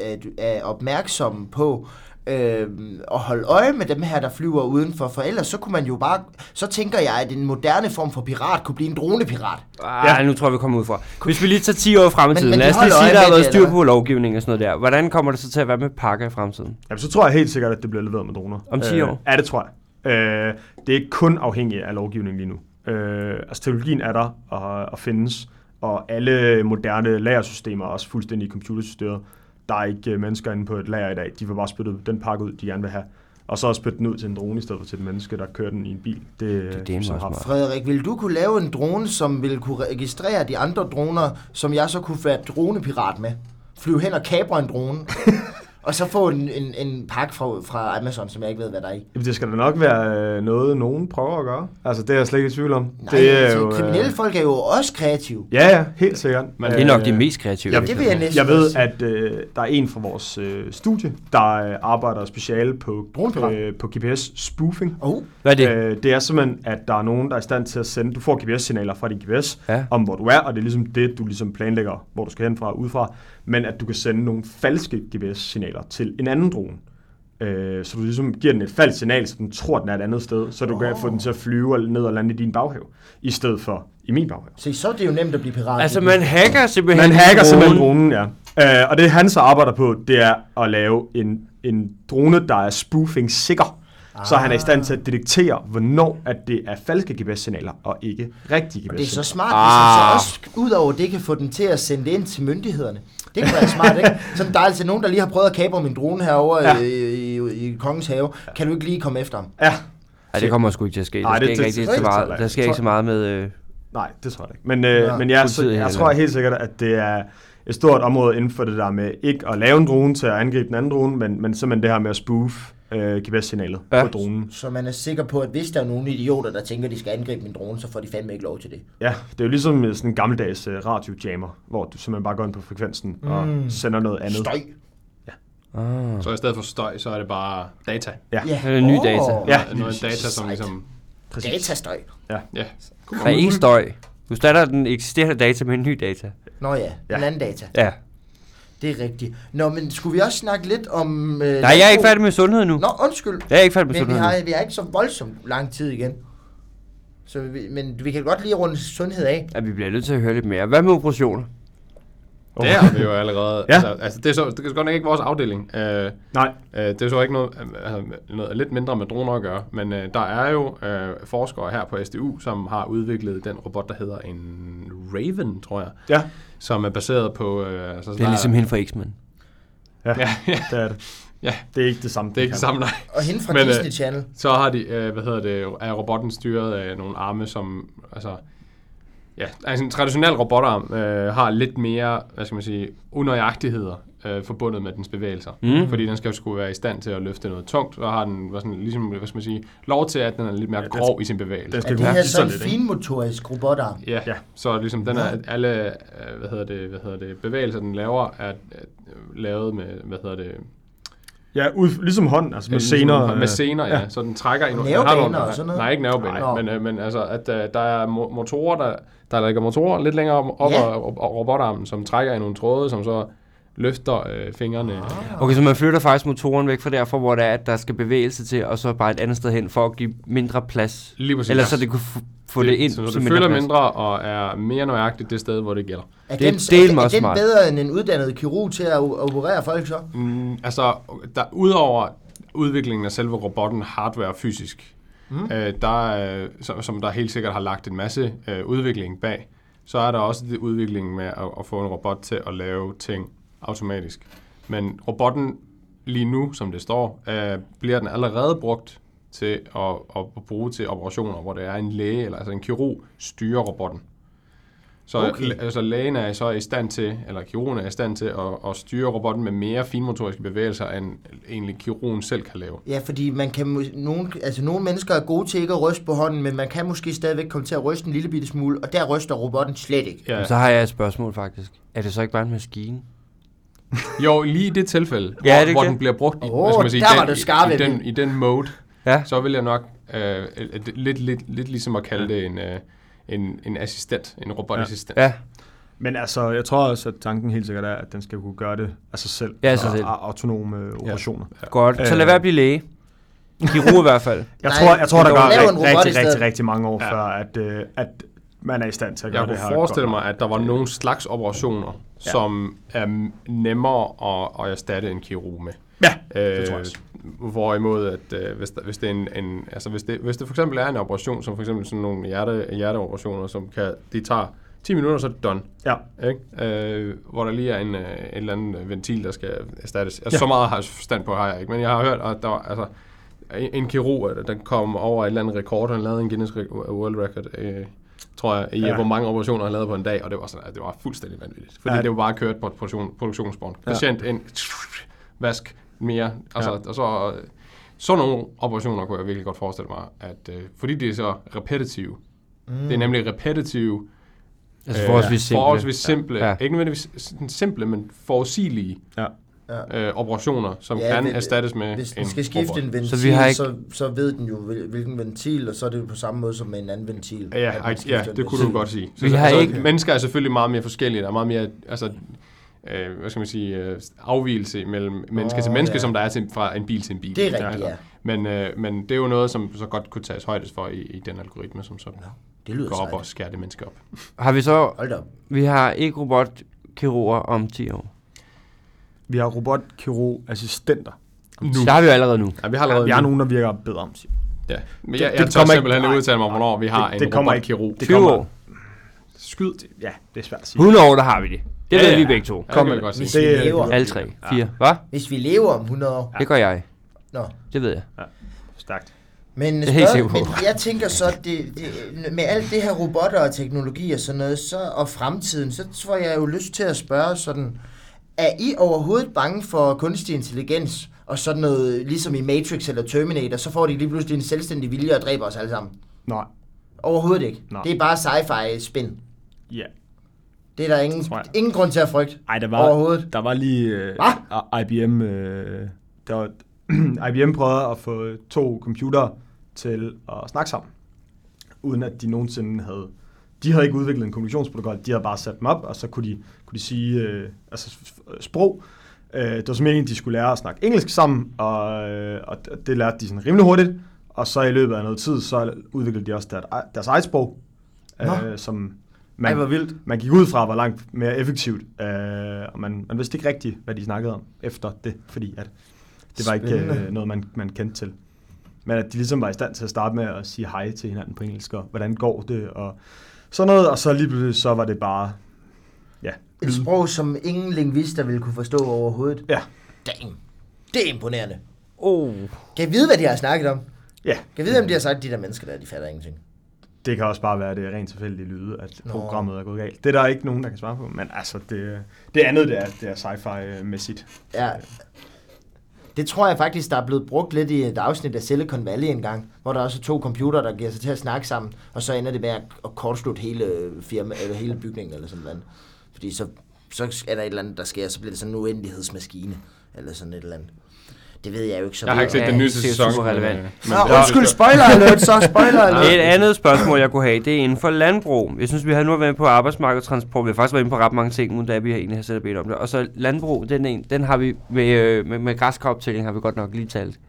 Speaker 2: er, er opmærksomme på øh, at holde øje med dem her, der flyver udenfor? For ellers så kunne man jo bare... Så tænker jeg, at en moderne form for pirat kunne blive en dronepirat.
Speaker 1: Ah, ja. nu tror jeg, vi kommer ud fra. Hvis vi lige tager 10 år frem i
Speaker 2: Men-
Speaker 1: tiden,
Speaker 2: men de
Speaker 1: lad os lige
Speaker 2: holder
Speaker 1: sige,
Speaker 2: øje
Speaker 1: der har
Speaker 2: med
Speaker 1: været
Speaker 2: det,
Speaker 1: styr
Speaker 2: eller
Speaker 1: på lovgivning og sådan noget der. Hvordan kommer det så til at være med pakker i fremtiden?
Speaker 4: Jamen, så tror jeg helt sikkert, at det bliver leveret med droner.
Speaker 1: Om 10
Speaker 4: Øh,
Speaker 1: år?
Speaker 4: Ja, det tror jeg. Øh, det er ikke kun afhængigt af lovgivning lige nu. Øh, altså, teknologien er der og, og findes, og alle moderne lagersystemer er også fuldstændig computerstyret. Der er ikke øh, mennesker inde på et lager i dag. De vil bare spytte den pakke ud, de gerne vil have. Og så også spytte den ud til en drone i stedet for til et menneske, der kører den i en bil. Det, det
Speaker 1: er dæleme også smart.
Speaker 2: Frederik, vil du kunne lave en drone, som ville kunne registrere de andre droner, som jeg så kunne være dronepirat med? Flyve hen og kapre en drone, og så få en, en, en pakke fra, fra Amazon, som jeg ikke ved, hvad der er i.
Speaker 4: Jamen, det skal da nok være øh, noget, nogen prøver at gøre. Altså, det er jeg slet ikke i tvivl om.
Speaker 2: Nej,
Speaker 4: det er
Speaker 2: altså,
Speaker 4: øh,
Speaker 2: kriminelle folk er jo også kreative.
Speaker 4: Ja, ja, helt sikkert. Øh,
Speaker 3: Men
Speaker 1: Det er nok de mest kreative.
Speaker 4: jeg-
Speaker 2: Det vil jeg næsten
Speaker 4: Jeg ved,
Speaker 2: også sige.
Speaker 4: at øh, der er en fra vores øh, studie, der øh, arbejder speciale på,
Speaker 2: Dronepirat.
Speaker 4: øh, på GPS-spoofing.
Speaker 2: Oh,
Speaker 1: Hvad er det?
Speaker 4: Øh, det er simpelthen, at der er nogen, der er i stand til at sende, du får GPS-signaler fra din GPS,
Speaker 1: Ja.
Speaker 4: om hvor du er, og det er ligesom det, du ligesom planlægger, hvor du skal hen fra og ud fra, men at du kan sende nogle falske GPS-signaler til en anden drone. Øh, så du ligesom giver den et falsk signal, så den tror, den er et andet sted, så du oh. kan få den til at flyve og ned og lande i din baghave, i stedet for i min baghave.
Speaker 2: se, så er det jo nemt at blive pirat.
Speaker 1: Altså, man hacker simpelthen
Speaker 4: Man hacker
Speaker 1: dronen.
Speaker 4: simpelthen dronen, ja. Øh, og det han så arbejder på, det er at lave en, en drone, der er spoofing sikker. Ah. Så han er i stand til at detektere, hvornår at det er falske GPS-signaler og ikke rigtige
Speaker 2: Det er så
Speaker 4: GPS-signaler.
Speaker 2: smart, hvis man
Speaker 4: Ah.
Speaker 2: så også ud over det kan få den til at sende det ind til myndighederne. Det kunne være smart, ikke? Sådan dejligt til nogen, der lige har prøvet at kapre min drone herovre ja.
Speaker 4: Ja.
Speaker 2: i, i, i, Kongens Have. Kan du ikke lige komme efter ham?
Speaker 4: Ja,
Speaker 1: Ej, det kommer sgu ikke til at ske. Der
Speaker 4: Nej,
Speaker 1: sker
Speaker 4: det-
Speaker 1: ikke
Speaker 4: det-
Speaker 1: rigtig
Speaker 4: det-
Speaker 1: så meget,
Speaker 4: det-
Speaker 1: der sker ikke så meget med... Øh,
Speaker 4: nej, det tror jeg ikke. Men, øh,
Speaker 2: Ja,
Speaker 4: ja, men jeg, så,
Speaker 1: politiet
Speaker 4: jeg
Speaker 1: heller
Speaker 4: tror
Speaker 1: ikke.
Speaker 4: helt sikkert, at det er et stort område inden for det der med ikke at lave en drone til at angribe den anden drone, men, men simpelthen det her med at spoof øh, GPS-signalet
Speaker 1: Ja.
Speaker 4: ja. på dronen.
Speaker 2: Så man er sikker på, at hvis der er nogle idioter, der tænker, at de skal angribe min drone, så får de fandme ikke lov til det.
Speaker 4: Ja, det er jo ligesom øh, sådan en gammeldags øh, radiojammer, hvor du simpelthen bare går ind på frekvensen mm. og sender noget andet.
Speaker 2: Støj!
Speaker 1: øh,
Speaker 3: Så i stedet for støj, så er det bare data.
Speaker 2: Ja.
Speaker 1: Så er det nye data.
Speaker 4: Ja,
Speaker 3: Noget, noget data, som
Speaker 2: Sejt.
Speaker 3: ligesom...
Speaker 4: præcis.
Speaker 2: Datastøj.
Speaker 3: Ja,
Speaker 1: Der er ikke støj. Du starter den eksisterende data med en ny data.
Speaker 2: Nå ja, ja.
Speaker 4: Ja.
Speaker 2: en anden data.
Speaker 1: Ja.
Speaker 2: Det er rigtigt. Nå, men skulle vi også snakke lidt om... Øh,
Speaker 1: Nej, jeg er ikke færdig med sundhed nu.
Speaker 2: Nå, undskyld.
Speaker 1: Jeg er ikke færdig med
Speaker 2: Men vi
Speaker 1: sundhed nu.
Speaker 2: har, vi har ikke så voldsomt lang tid igen. Så vi, men vi kan godt lige runde sundhed af.
Speaker 1: Ja, vi bliver nødt til at høre lidt mere. Hvad med operationer?
Speaker 3: det er vi jo allerede.
Speaker 4: Oh. Ja.
Speaker 3: altså, altså, det er så det er så godt nok ikke vores afdeling. Øh,
Speaker 4: Nej,
Speaker 3: Øh, Det er så ikke noget, altså, noget lidt mindre med droner at gøre, men øh, der er jo øh, forskere her på SDU, som har udviklet den robot, der hedder en Raven, tror jeg,
Speaker 4: ja,
Speaker 3: som er baseret på... Øh, altså,
Speaker 1: Det er ligesom hende fra X-Men.
Speaker 3: Ja, ja,
Speaker 4: det er det.
Speaker 3: ja,
Speaker 4: Det er ikke det samme.
Speaker 3: det er ikke det samme, nej.
Speaker 2: Og hende fra
Speaker 3: Men, øh,
Speaker 2: Disney Channel.
Speaker 3: Så har de, øh, hvad hedder det, er robotten styret af nogle arme, som, altså, ja, altså en traditionel robotarm øh, har lidt mere, hvad skal man sige, unøjagtigheder øh, forbundet med dens bevægelser. Mm. Fordi den skal jo skulle være i stand til at løfte noget tungt, så har den hvad sådan, ligesom, hvad skal man sige, lov til, at den er lidt mere ja,
Speaker 4: den
Speaker 3: grov i sin bevægelse.
Speaker 4: den
Speaker 2: Er
Speaker 4: skal-
Speaker 2: det her
Speaker 4: huske
Speaker 2: så en
Speaker 4: sig lidt, ikke?
Speaker 2: finmotorisk robotarm?
Speaker 3: Ja,
Speaker 4: Ja.
Speaker 3: ja, så ligesom den er, at alle øh, hvad hedder det, hvad hedder det, bevægelser, den laver, er, er lavet med, hvad hedder det,
Speaker 4: Ja, ud, ligesom hånden, altså med
Speaker 3: Ligesom
Speaker 4: senere.
Speaker 1: øh,
Speaker 3: Med sener, ja. Så den trækker i nogle...
Speaker 2: Nervebaner
Speaker 3: den har nogle-
Speaker 2: og sådan noget?
Speaker 3: Nej, ikke nervebaner.
Speaker 2: Nej.
Speaker 3: Nej. Men, øh, men altså, at øh, der er mo- motorer, der, der ligger motorer lidt længere op, op
Speaker 2: Ja.
Speaker 3: ja. og, og, og robotarmen, som trækker i nogle tråde, som så løfter øh, fingrene. Ah.
Speaker 1: Okay, så man flytter faktisk motoren væk fra derfor, hvor der er, at der skal bevægelse til, og så bare et andet sted hen, for at give mindre plads.
Speaker 3: Lige præcis.
Speaker 1: Eller så det kunne f- få det, ind
Speaker 3: så,
Speaker 1: til
Speaker 3: så det føler
Speaker 1: plads.
Speaker 3: mindre og er mere nøjagtigt det sted, hvor det gælder.
Speaker 2: Er
Speaker 1: Det er
Speaker 2: den,
Speaker 1: dælme
Speaker 2: er, er
Speaker 1: også
Speaker 2: den
Speaker 1: smart.
Speaker 2: bedre end en uddannet kirurg til at o- operere folk så?
Speaker 3: Mm, altså, der, udover udviklingen af selve robotten hardware fysisk, mm. øh, der, øh, som, som der helt sikkert har lagt en masse øh, udvikling bag, så er der også det udvikling med at, at få en robot til at lave ting automatisk. Men robotten lige nu, som det står, øh, bliver den allerede brugt til at, at bruge til operationer, hvor det er en læge eller altså en kirurg styrer robotten. Så
Speaker 2: Okay.
Speaker 3: okay. altså, lægen er så i stand til, eller kirurgen er i stand til at, at styre robotten med mere finmotoriske bevægelser, end egentlig kirurgen selv kan lave.
Speaker 2: Ja, fordi man kan, mu- nogle, altså nogle mennesker er gode til ikke at ryste på hånden, men man kan måske stadigvæk komme til at ryste en lille bitte smule, og der ryster robotten slet ikke.
Speaker 1: Ja. Så har jeg et spørgsmål faktisk. Er det så ikke bare en maskine?
Speaker 3: Jo, lige i det tilfælde,
Speaker 1: Ja,
Speaker 3: ja,
Speaker 1: er det
Speaker 3: hvor, hvor
Speaker 1: ikke
Speaker 3: den bliver brugt i,
Speaker 2: Åh,
Speaker 3: hvad skal man sige,
Speaker 2: der var
Speaker 3: den,
Speaker 2: du skarp,
Speaker 3: i, i,
Speaker 2: Emil.
Speaker 3: den, i den mode,
Speaker 1: Ja.
Speaker 3: så vil jeg nok øh, øh, øh, lidt, lidt, lidt ligesom at kalde det en, øh, en, en assistent, en robotassistent.
Speaker 1: Ja.
Speaker 4: Men altså, jeg tror også, at tanken helt sikkert er, at den skal kunne gøre det af sig selv.
Speaker 1: Ja, af sig
Speaker 4: og-
Speaker 1: selv.
Speaker 4: og autonome øh, operationer.
Speaker 1: Godt. Så lad
Speaker 4: Øh.
Speaker 1: være at blive læge. Kirurg i hvert fald.
Speaker 4: Jeg
Speaker 2: Nej,
Speaker 4: tror, jeg tror
Speaker 2: vi
Speaker 4: der
Speaker 2: kan
Speaker 4: går
Speaker 2: jo lave en
Speaker 4: rigtig,
Speaker 2: robot i
Speaker 4: rigtig,
Speaker 2: stedet.
Speaker 4: rigtig, rigtig mange år ja. før, at, øh, at man er i stand til at gøre
Speaker 3: Jeg
Speaker 4: det her.
Speaker 3: kunne forestille
Speaker 4: godt
Speaker 3: mig,
Speaker 4: nok.
Speaker 3: at der var nogle slags operationer, ja. som er m- nemmere at, at erstatte en kirurg med.
Speaker 4: Ja,
Speaker 3: Øh,
Speaker 4: det tror jeg også.
Speaker 3: Hvorimod, at øh, hvis, der, hvis, det er en, en, altså hvis, det, hvis det for eksempel er en operation, som for eksempel sådan nogle hjerte, hjerteoperationer, som kan, de tager 10 minutter, så er det done.
Speaker 4: Ja.
Speaker 3: Ikke? Øh, hvor der lige er en, øh, en eller anden øh, ventil, der skal erstattes. Altså, ja. Så meget har jeg forstand på, har jeg ikke. Men jeg har hørt, at der var, altså, en, en kirurg, øh, der kom over et eller andet rekord, han lavede en Guinness Re- World Record, øh, tror jeg, i ja.
Speaker 4: Ja.
Speaker 3: hvor mange operationer han lavede på en dag, og det var, sådan, at det var fuldstændig vanvittigt. Fordi
Speaker 4: Ja.
Speaker 3: ja. det var bare kørt på et produktion, produktionsbånd. Patient ind, vask mere. Altså, ja. og så, øh, sådan nogle operationer kunne jeg virkelig godt forestille mig, at øh, fordi det er så repetitive, mm. det er nemlig repetitive
Speaker 1: Altså forholdsvis
Speaker 3: øh,
Speaker 1: simple.
Speaker 3: forholdsvis simple
Speaker 1: Ja.
Speaker 3: ja. ikke nødvendigvis sådan simple, men forudsigelige
Speaker 4: Ja.
Speaker 3: øh, operationer, som
Speaker 2: Ja,
Speaker 3: ja, kan
Speaker 2: men-
Speaker 3: erstattes med
Speaker 2: Hvis den
Speaker 3: en
Speaker 2: skal skifte
Speaker 3: robot.
Speaker 2: en ventil,
Speaker 1: Så vi har ikke-
Speaker 2: så, så ved den jo, hvil- hvilken ventil, og så er det jo på samme måde som med en anden ventil.
Speaker 3: Ja,
Speaker 2: at man
Speaker 3: ej,
Speaker 2: skifter
Speaker 3: ja,
Speaker 2: en
Speaker 3: det kunne du
Speaker 2: ventil.
Speaker 3: godt sige.
Speaker 1: Vi har ikke-
Speaker 3: Mennesker er selvfølgelig meget mere forskellige. Der er meget mere altså, øh, hvad skal man sige, øh, afvielse mellem menneske
Speaker 2: Åh,
Speaker 3: til menneske,
Speaker 2: ja.
Speaker 3: som der er til, fra en bil til en bil.
Speaker 2: Det er rigtigt, ja.
Speaker 3: Men, øh, men det er jo noget, som så godt kunne tages højde for i, i den algoritme, som så
Speaker 2: Det lyder
Speaker 3: går op og
Speaker 2: sejt.
Speaker 3: skærer det menneske op.
Speaker 1: Har vi så...
Speaker 2: Hold da op.
Speaker 1: Vi har ikke robotkirurger om 10 år.
Speaker 4: Vi har robotkirurgassistenter.
Speaker 1: Nu. Der har vi jo allerede nu.
Speaker 3: Ja, vi har allerede
Speaker 4: Ja, vi har
Speaker 3: nu-
Speaker 4: nogen, der virker bedre om sig.
Speaker 3: Ja. Men
Speaker 4: Det-
Speaker 3: jeg, jeg
Speaker 4: det
Speaker 3: tør
Speaker 4: kommer ikke-
Speaker 3: simpelthen ikke udtale mig, om, hvornår vi har
Speaker 4: det-
Speaker 3: en
Speaker 4: det kommer ikke.
Speaker 3: robotkirurg.
Speaker 4: Det
Speaker 1: 20
Speaker 4: kommer-
Speaker 1: år.
Speaker 4: Skyd til. Ja, det er svært at sige.
Speaker 1: 100 år, der har vi det. Det
Speaker 3: Ja,
Speaker 1: ved
Speaker 3: ja.
Speaker 1: vi begge to.
Speaker 3: Ja, det
Speaker 4: Kom
Speaker 3: kan
Speaker 4: med
Speaker 3: jeg godt
Speaker 2: Hvis
Speaker 3: sige.
Speaker 2: vi
Speaker 4: Det-
Speaker 2: lever,
Speaker 1: Alle tre. Fire. Hvad?
Speaker 2: hvis vi lever om 100 år.
Speaker 1: Det gør jeg.
Speaker 2: Nå.
Speaker 1: Det ved jeg.
Speaker 4: Stærkt.
Speaker 2: Men,
Speaker 1: er helt sikker
Speaker 2: spørg,
Speaker 1: på.
Speaker 2: men jeg tænker så, at det, det, med alt det her robotter og teknologi og sådan noget, så, og fremtiden, så tror jeg jo lyst til at spørge sådan, er I overhovedet bange for kunstig intelligens og sådan noget, ligesom i Matrix eller Terminator, så får de lige pludselig en selvstændig vilje og dræber os alle sammen?
Speaker 4: Nej.
Speaker 2: Overhovedet ikke.
Speaker 4: Nej.
Speaker 2: Det er bare sci-fi spin.
Speaker 4: Ja.
Speaker 2: Det er der ingen,
Speaker 4: tror jeg.
Speaker 2: ingen grund til at frygte.
Speaker 4: Ej, der var,
Speaker 2: Overhovedet.
Speaker 4: Der var lige øh,
Speaker 2: Hva?
Speaker 4: I- IBM... Øh, der var, IBM prøvede at få to computere til at snakke sammen, uden at de nogensinde havde... De havde ikke udviklet en kommunikationsprotokol, de havde bare sat dem op, og så kunne de, kunne de sige øh, altså, f- f- sprog. Øh, det var som meningen, at de skulle lære at snakke engelsk sammen, og, øh, og d- det lærte de sådan rimelig hurtigt. Og så i løbet af noget tid, så udviklede de også deres, deres eget sprog, øh, som man,
Speaker 2: Ej, hvor vildt.
Speaker 4: man gik ud fra, var langt mere effektivt, øh, og man, man vidste ikke rigtigt, hvad de snakkede om efter det, fordi at det var ikke
Speaker 2: Spændende.
Speaker 4: øh, noget, man, man kendte til. Men at de ligesom var i stand til at starte med at sige hej til hinanden på engelsk, og hvordan går det, og sådan noget, og så lige pludselig, så var det bare, ja,
Speaker 2: Et sprog, som ingen lingvister ville kunne forstå overhovedet.
Speaker 4: ja,
Speaker 2: Damn. Det er imponerende.
Speaker 1: Oh.
Speaker 2: Kan I vide, hvad de har snakket om?
Speaker 4: ja.
Speaker 2: Kan jeg vide, om de har sagt, at de der mennesker der, de fatter ingenting?
Speaker 4: Det kan også bare være, at det er rent tilfældige lyde, at
Speaker 2: Nå.
Speaker 4: programmet er gået galt. Det er der ikke nogen, der kan svare på, men altså, det, det andet, det er, det er sci-fi-mæssigt.
Speaker 2: Ja. Det tror jeg faktisk, der er blevet brugt lidt i et afsnit af Silicon Valley engang, hvor der også er to computere, der giver sig til at snakke sammen, og så ender det med at at kortslutte hele, firma, eller hele bygningen eller sådan noget. Fordi så, så er der et eller andet, der sker, og så bliver det sådan en uendelighedsmaskine, eller sådan et eller andet. Det ved jeg jo ikke så
Speaker 3: Jeg har ikke set
Speaker 1: Ja,
Speaker 3: den
Speaker 1: det
Speaker 3: nyeste
Speaker 1: ser
Speaker 3: sæson.
Speaker 1: super relevant.
Speaker 3: men, øh,
Speaker 2: Nå,
Speaker 3: men-
Speaker 2: undskyld, spoiler alert, så spoiler alert.
Speaker 1: Et andet spørgsmål, jeg kunne have, det er inden for landbrug. Jeg synes, vi har nu været inde på arbejdsmarked og transport. Vi har faktisk været inde på ret mange ting, uden da vi egentlig har selv bedt om det. Og så landbrug, den, en, den har vi med, øh, med, med græskaroptælling har vi godt nok lige talt.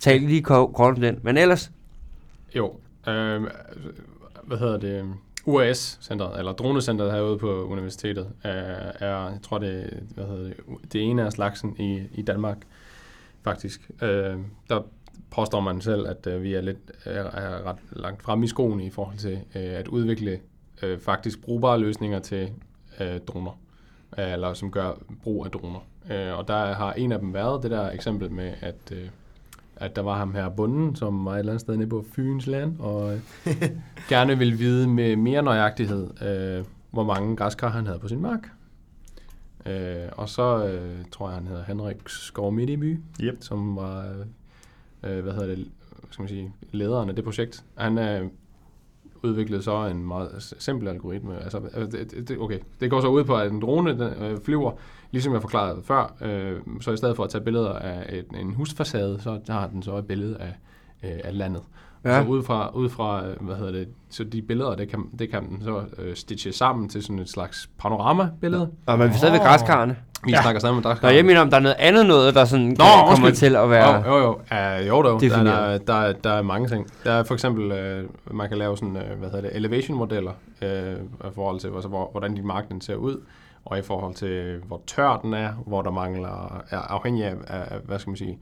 Speaker 1: Tal lige ko- kort om den. Men ellers,
Speaker 3: Jo. Øh, hvad hedder det? UAS-centret, eller dronecentret herude på universitetet, øh, er, jeg tror, det, hvad hedder det, det ene af slagsen i, i Danmark, faktisk. Øh, der påstår man selv, at øh, vi er lidt er, er ret langt fremme i skoen i forhold til øh, at udvikle øh, faktisk brugbare løsninger til øh, droner, øh, eller som gør brug af droner. Øh, og der har en af dem været det der eksempel med, at øh, at der var ham her bunden, som var et eller andet sted nede på Fyns land, og øh, gerne ville vide med mere nøjagtighed, øh, hvor mange græskar han havde på sin mark. Øh, og så øh, tror jeg, han hedder Henrik Skov Midtby,
Speaker 4: Yep.
Speaker 3: som var øh, øh, hvad hedder det, hvad skal man sige, lederen af det projekt. Han øh, udviklede så en meget s- simpel algoritme. Altså, øh, det, det, okay, det går så ud på, at en drone den, øh, flyver, ligesom jeg forklarede før, øh, så i stedet for at tage billeder af et, en husfacade, så har den så et billede af, øh, af landet.
Speaker 1: Ja.
Speaker 3: Ja. Så ud fra, ud fra, øh, hvad hedder det, så de billeder, det kan, det kan den så øh, stitche sammen til sådan et slags panorama-billede.
Speaker 1: Og man er stadig ved
Speaker 2: Åh.
Speaker 1: græskarne.
Speaker 3: Vi
Speaker 4: Ja.
Speaker 3: snakker stadig med
Speaker 1: Nå, jeg mener, om der er noget andet noget, der sådan Nå, kommer
Speaker 3: undskyld.
Speaker 1: til at være...
Speaker 3: Jo, jo, jo. Uh, jo, jo. Der, der,
Speaker 1: Defineret.
Speaker 3: der, er- der er mange ting. Der er for eksempel, uh, man kan lave sådan, uh, hvad hedder det, elevation-modeller uh, i forhold til, altså, hvor, hvordan din mark den ser ud, og i forhold til, hvor tør den er, hvor der mangler, er afhængig af, af hvad skal man sige,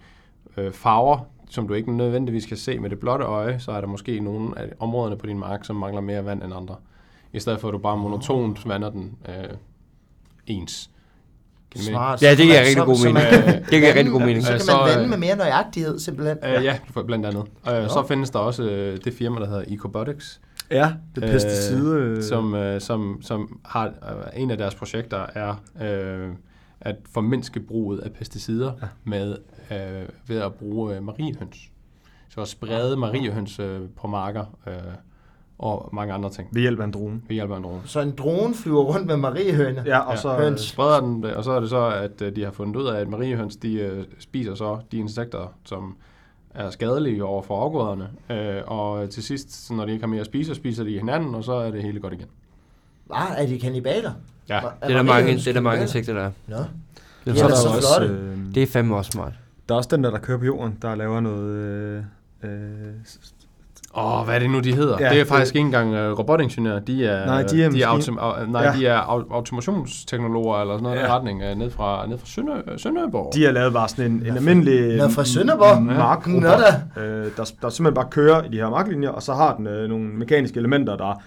Speaker 3: uh, farver, som du ikke nødvendigvis kan se med det blotte øje, så er der måske nogle af områderne på din mark, som mangler mere vand end andre. I stedet for, at du bare monotont vander den uh, ens. Giver det mening?
Speaker 2: Smart.
Speaker 1: Ja, det giver
Speaker 2: Så-
Speaker 1: rigtig god
Speaker 2: så- så
Speaker 1: mening.
Speaker 2: man kan
Speaker 3: Øh,
Speaker 1: Det giver rigtig god
Speaker 2: vande-
Speaker 1: mening.
Speaker 2: Så
Speaker 3: Øh,
Speaker 2: kan
Speaker 3: så,
Speaker 2: man
Speaker 3: øh,
Speaker 2: vande med mere nøjagtighed, simpelthen.
Speaker 3: Øh, ja, for- blandt andet. Øh,
Speaker 2: Nå.
Speaker 3: så findes der også øh, det firma, der hedder Ecobotics,
Speaker 4: Ja, det øh, pesticide. Øh,
Speaker 3: som, øh, som, som har øh, en af deres projekter er øh, at formindske bruget af pesticider ja. med øh, ved at bruge øh, mariehøns. Så at sprede mariehøns øh, på marker øh, og mange andre ting
Speaker 4: ved hjælp af en drone.
Speaker 3: ved hjælp af en drone.
Speaker 2: Så en drone flyver rundt med mariehøne.
Speaker 4: Ja, og
Speaker 3: Ja.
Speaker 4: ja. så...
Speaker 2: Høns.
Speaker 3: Spreder den, det, og så er det så, at øh, de har fundet ud af, at mariehøns, de øh, spiser så de insekter, som er skadelige over for afgrøderne. Øh, og til sidst, så når de ikke har mere at spise, så spiser de hinanden, og så er det hele godt igen.
Speaker 2: Var, Ah, er de kannibaler? Hva-
Speaker 3: Ja.
Speaker 1: Det er der mange,
Speaker 2: mariehøns
Speaker 1: det er der mange
Speaker 2: kannibaler?
Speaker 1: insekter, der er.
Speaker 2: Nå.
Speaker 4: Jamen,
Speaker 2: Ja,
Speaker 4: så er
Speaker 2: det er
Speaker 4: der
Speaker 2: så
Speaker 4: jo også,
Speaker 2: flotte.
Speaker 4: øh,
Speaker 1: Det er fandme også smart.
Speaker 4: der er også den der, der kører på jorden, der laver noget... Øh, øh, s-
Speaker 3: Åh, oh, hvad er det nu, de hedder?
Speaker 4: Ja,
Speaker 3: Ja, det er
Speaker 4: det-
Speaker 3: faktisk ikke engang øh, robotingeniører. De er,
Speaker 4: Nej, de er
Speaker 3: de er,
Speaker 4: maskine-
Speaker 3: autom- au- nej,
Speaker 4: Ja.
Speaker 3: ja. de er au- automationsteknologer eller sådan noget ja. i den
Speaker 4: Ja.
Speaker 3: retning, øh, ned fra, ned fra Sønder- Sønderborg.
Speaker 4: de har lavet bare sådan en, en almindelig...
Speaker 2: Nå, fra Sønderborg?
Speaker 4: Markrobot,
Speaker 2: Nå da.
Speaker 4: øh, der, der simpelthen bare kører i de her marklinjer, og så har den øh, nogle mekaniske elementer, der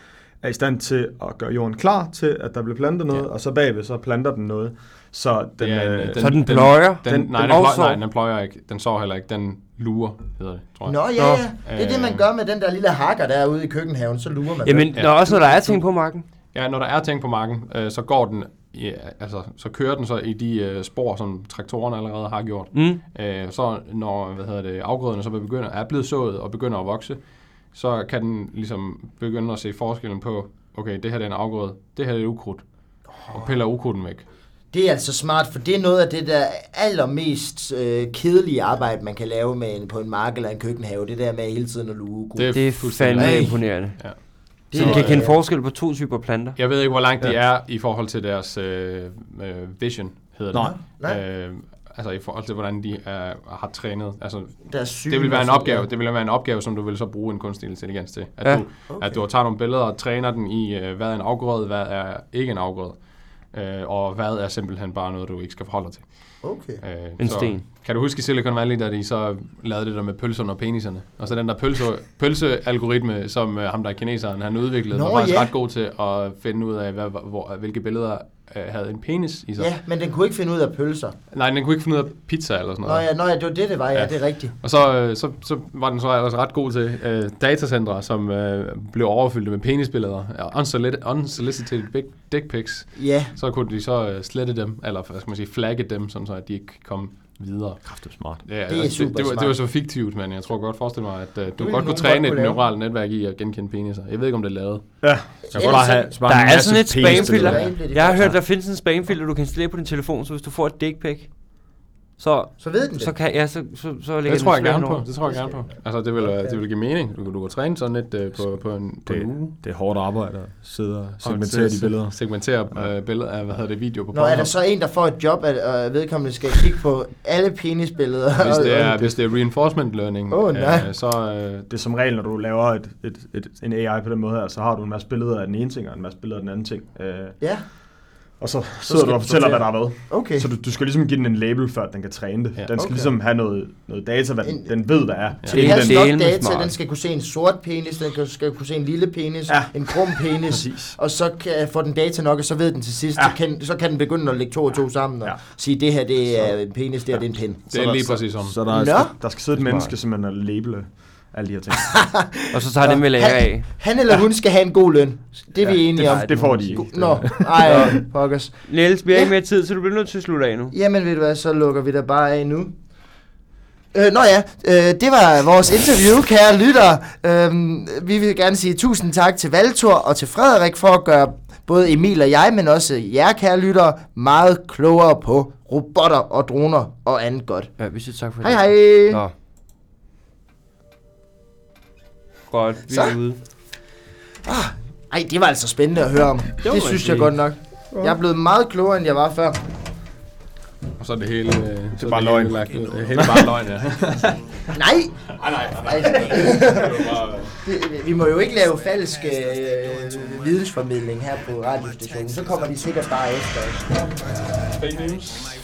Speaker 4: er i stand til at gøre jorden klar til, at der bliver plantet noget,
Speaker 3: Ja.
Speaker 4: ja. og så bagved så planter den noget. Så den,
Speaker 3: Det er en, øh,
Speaker 4: øh,
Speaker 1: Så den pløjer?
Speaker 3: Den,
Speaker 4: Den-
Speaker 3: den, nej,
Speaker 4: den
Speaker 3: den, pløjer,
Speaker 1: afsår?
Speaker 3: nej, den pløjer ikke. Den sår heller ikke. Den lurer, hedder det, tror jeg.
Speaker 2: Nå ja,
Speaker 1: Nå.
Speaker 2: ja. Det er det, man
Speaker 3: Øh.
Speaker 2: gør med den der lille hakker derude i køkkenhaven, så lurer man
Speaker 1: Jamen,
Speaker 2: den.
Speaker 1: når, også når der er ting på marken.
Speaker 3: Ja, når der er ting på marken, øh, så går den, ja, altså, så kører den så i de øh, spor, som traktorerne allerede har gjort.
Speaker 1: Mm.
Speaker 3: Øh, så når, hvad hedder det, afgrøderne så begynder, er blevet sået og begynder at vokse, så kan den ligesom begynde at se forskellen på, okay, det her det er en afgrøde, det her det er ukrudt, og piller ukrudten væk.
Speaker 2: Det er altså smart, for det er noget af det der allermest øh, kedelige arbejde, man kan lave med en, på en mark eller en køkkenhave. Det der med hele tiden at luge. Det,
Speaker 1: Det er
Speaker 3: fuldstændig-
Speaker 1: fandme
Speaker 2: Ej. øh,
Speaker 1: imponerende.
Speaker 2: det,
Speaker 1: Så
Speaker 2: er-
Speaker 1: man kan kende forskel på to typer planter.
Speaker 3: Jeg ved ikke, hvor langt de er i forhold til deres øh, øh, vision, hedder det.
Speaker 2: Nej, nej.
Speaker 3: Øh, altså i forhold til, hvordan de er, har trænet. Altså,
Speaker 2: der er syn
Speaker 3: det vil være en
Speaker 2: og sådan
Speaker 3: opgave.
Speaker 2: noget.
Speaker 3: Det vil være en opgave, som du vil så bruge en kunstig intelligens til. At,
Speaker 1: Ja.
Speaker 3: ja. du, okay. at du tager nogle billeder og træner den i, øh, hvad er en afgrøde, hvad er ikke en afgrøde. Øh, og hvad er simpelthen bare noget, du ikke skal forholde dig til.
Speaker 2: Okay.
Speaker 3: Øh,
Speaker 1: En
Speaker 3: så,
Speaker 1: sten.
Speaker 3: Kan du huske i Silicon Valley, da de så lavede det der med pølserne og peniserne? Og så den der pølse, pølsealgoritme, som øh, ham der er kineseren, han udviklede,
Speaker 2: Nå,
Speaker 3: var faktisk
Speaker 2: ja.
Speaker 3: ret god til at finde ud af, hvad, hvor, hvilke billeder øh, havde en penis i sig.
Speaker 2: Ja, men den kunne ikke finde ud af pølser.
Speaker 3: Nej, den kunne ikke finde ud af pizza eller sådan
Speaker 2: Nå
Speaker 3: noget.
Speaker 2: ja, nå ja, det var det, det var. Ja,
Speaker 3: Ja.
Speaker 2: det er rigtigt.
Speaker 3: Og så, øh, så, så var den så ellers ret god til øh, datacentre, som øh, blev overfyldt med penisbilleder, og unsolicited, unsolicited big dick pics.
Speaker 2: Ja,
Speaker 3: Så kunne de så øh, slette dem, eller hvad skal man sige, flagge dem, sådan så at de ikke kom videre.
Speaker 4: Kræft, det er smart.
Speaker 3: Ja,
Speaker 2: er
Speaker 3: altså, det,
Speaker 2: super
Speaker 3: det, var,
Speaker 2: smart.
Speaker 3: det var så fiktivt, men jeg tror godt forestille mig, at øh,
Speaker 2: ville
Speaker 3: du godt
Speaker 2: nogen
Speaker 3: kunne
Speaker 2: godt
Speaker 3: træne et
Speaker 2: kunne lave.
Speaker 3: neuralt netværk i at genkende peniser. Jeg ved ikke, om det er lavet.
Speaker 4: Ja.
Speaker 2: Jeg kan bare have-
Speaker 1: Der er sådan et spamfilter.
Speaker 2: penisbilleder. Ja.
Speaker 1: Jeg har hørt, der findes en spamfilter, du kan installere på din telefon, så hvis du får et dick pic, så,
Speaker 2: så ved den det.
Speaker 1: så kan ja, så, så, så lægger
Speaker 3: Det tror jeg
Speaker 1: den
Speaker 3: gerne
Speaker 1: over.
Speaker 3: på. Det tror jeg gerne på. Altså, det vil, øh, det vil give mening. Du, du kunne træne sådan lidt øh, på, på en, på en uge.
Speaker 4: Det, det er hårdt arbejde at sidde og
Speaker 3: Og
Speaker 4: segmentere de
Speaker 3: se-
Speaker 4: billeder.
Speaker 3: Segmentere øh, billeder af, hvad hedder det, video på
Speaker 2: Nå, er der
Speaker 3: Pornhub.
Speaker 2: så en, der får et job, at øh, vedkommende skal kigge på alle penisbilleder?
Speaker 3: Hvis det er,
Speaker 2: Og-
Speaker 3: hvis det er reinforcement learning,
Speaker 2: Åh, nej.
Speaker 3: øh, så øh,
Speaker 4: Det er som regel, når du laver et, et, et, en AI på den måde her, så har du en masse billeder af den ene ting og en masse billeder af den anden ting. Øh,
Speaker 2: Ja,
Speaker 4: og så sidder
Speaker 2: skal
Speaker 4: du og
Speaker 2: du
Speaker 4: fortæller, hvad der
Speaker 2: sortere.
Speaker 4: er hvad.
Speaker 2: okay.
Speaker 4: Så du, du skal ligesom give den en label, før den kan træne det.
Speaker 3: Ja.
Speaker 4: Ja. Den skal
Speaker 2: Okay.
Speaker 4: okay. ligesom have noget, noget data, hvad den,
Speaker 2: En-
Speaker 4: den ved, hvad er.
Speaker 2: Så det
Speaker 1: Det er
Speaker 2: har
Speaker 1: den
Speaker 2: nok
Speaker 1: delen med
Speaker 2: data,
Speaker 1: smart.
Speaker 2: den skal kunne se en sort penis, den kan- skal kunne se en lille penis, ja.
Speaker 4: Ja.
Speaker 2: en krum penis,
Speaker 4: Præcis.
Speaker 2: og så kan, får den data nok, og så ved den til sidst, ja.
Speaker 4: Ja.
Speaker 2: så, kan, så kan den begynde at lægge to og to sammen og ja.
Speaker 4: Ja.
Speaker 2: sige, det her det er en penis, det her det er en pind.
Speaker 3: det er lige præcis som.
Speaker 4: Så der,
Speaker 2: Nå.
Speaker 4: er, der skal sidde et
Speaker 1: Smart.
Speaker 4: menneske, som man er label. alle de her ting.
Speaker 1: Og så tager det med lære af.
Speaker 2: han, han eller hun skal have en god løn. Det er ja, vi enige
Speaker 4: det,
Speaker 2: om.
Speaker 4: det får de ikke.
Speaker 2: Go- Nå, ej, pokkers.
Speaker 1: Niels, vi har
Speaker 2: Ja.
Speaker 1: ikke mere tid, så du bliver nødt til at slutte af nu.
Speaker 2: Jamen ved du hvad, så lukker vi da bare af nu. Øh, nå ja, øh, det var vores interview, kære lytter. Øh, vi vil gerne sige tusind tak til Valtor og til Frederik for at gøre både Emil og jeg, men også jer, kære lyttere, meget klogere på robotter og droner og andet godt.
Speaker 1: Ja, vi siger tak for
Speaker 2: Hej
Speaker 1: det.
Speaker 2: hej!
Speaker 1: Nå. Godt, vi
Speaker 2: Så.
Speaker 1: er ude.
Speaker 2: Ej, det var altså spændende at høre om. Det,
Speaker 1: må
Speaker 2: det
Speaker 1: jeg
Speaker 2: synes jeg
Speaker 1: sige.
Speaker 2: godt nok. Jeg er blevet meget klogere, end jeg var før.
Speaker 3: Og så er det hele... Øh, det er
Speaker 4: bare løgn.
Speaker 3: Hele, lagt, ud. hele bare løgn, ja.
Speaker 2: Nej! Nej, nej, nej. øh, Vi må jo ikke lave falsk øh, vidensformidling her på radiostationen. Så kommer de sikkert bare efter os.
Speaker 3: Fake news.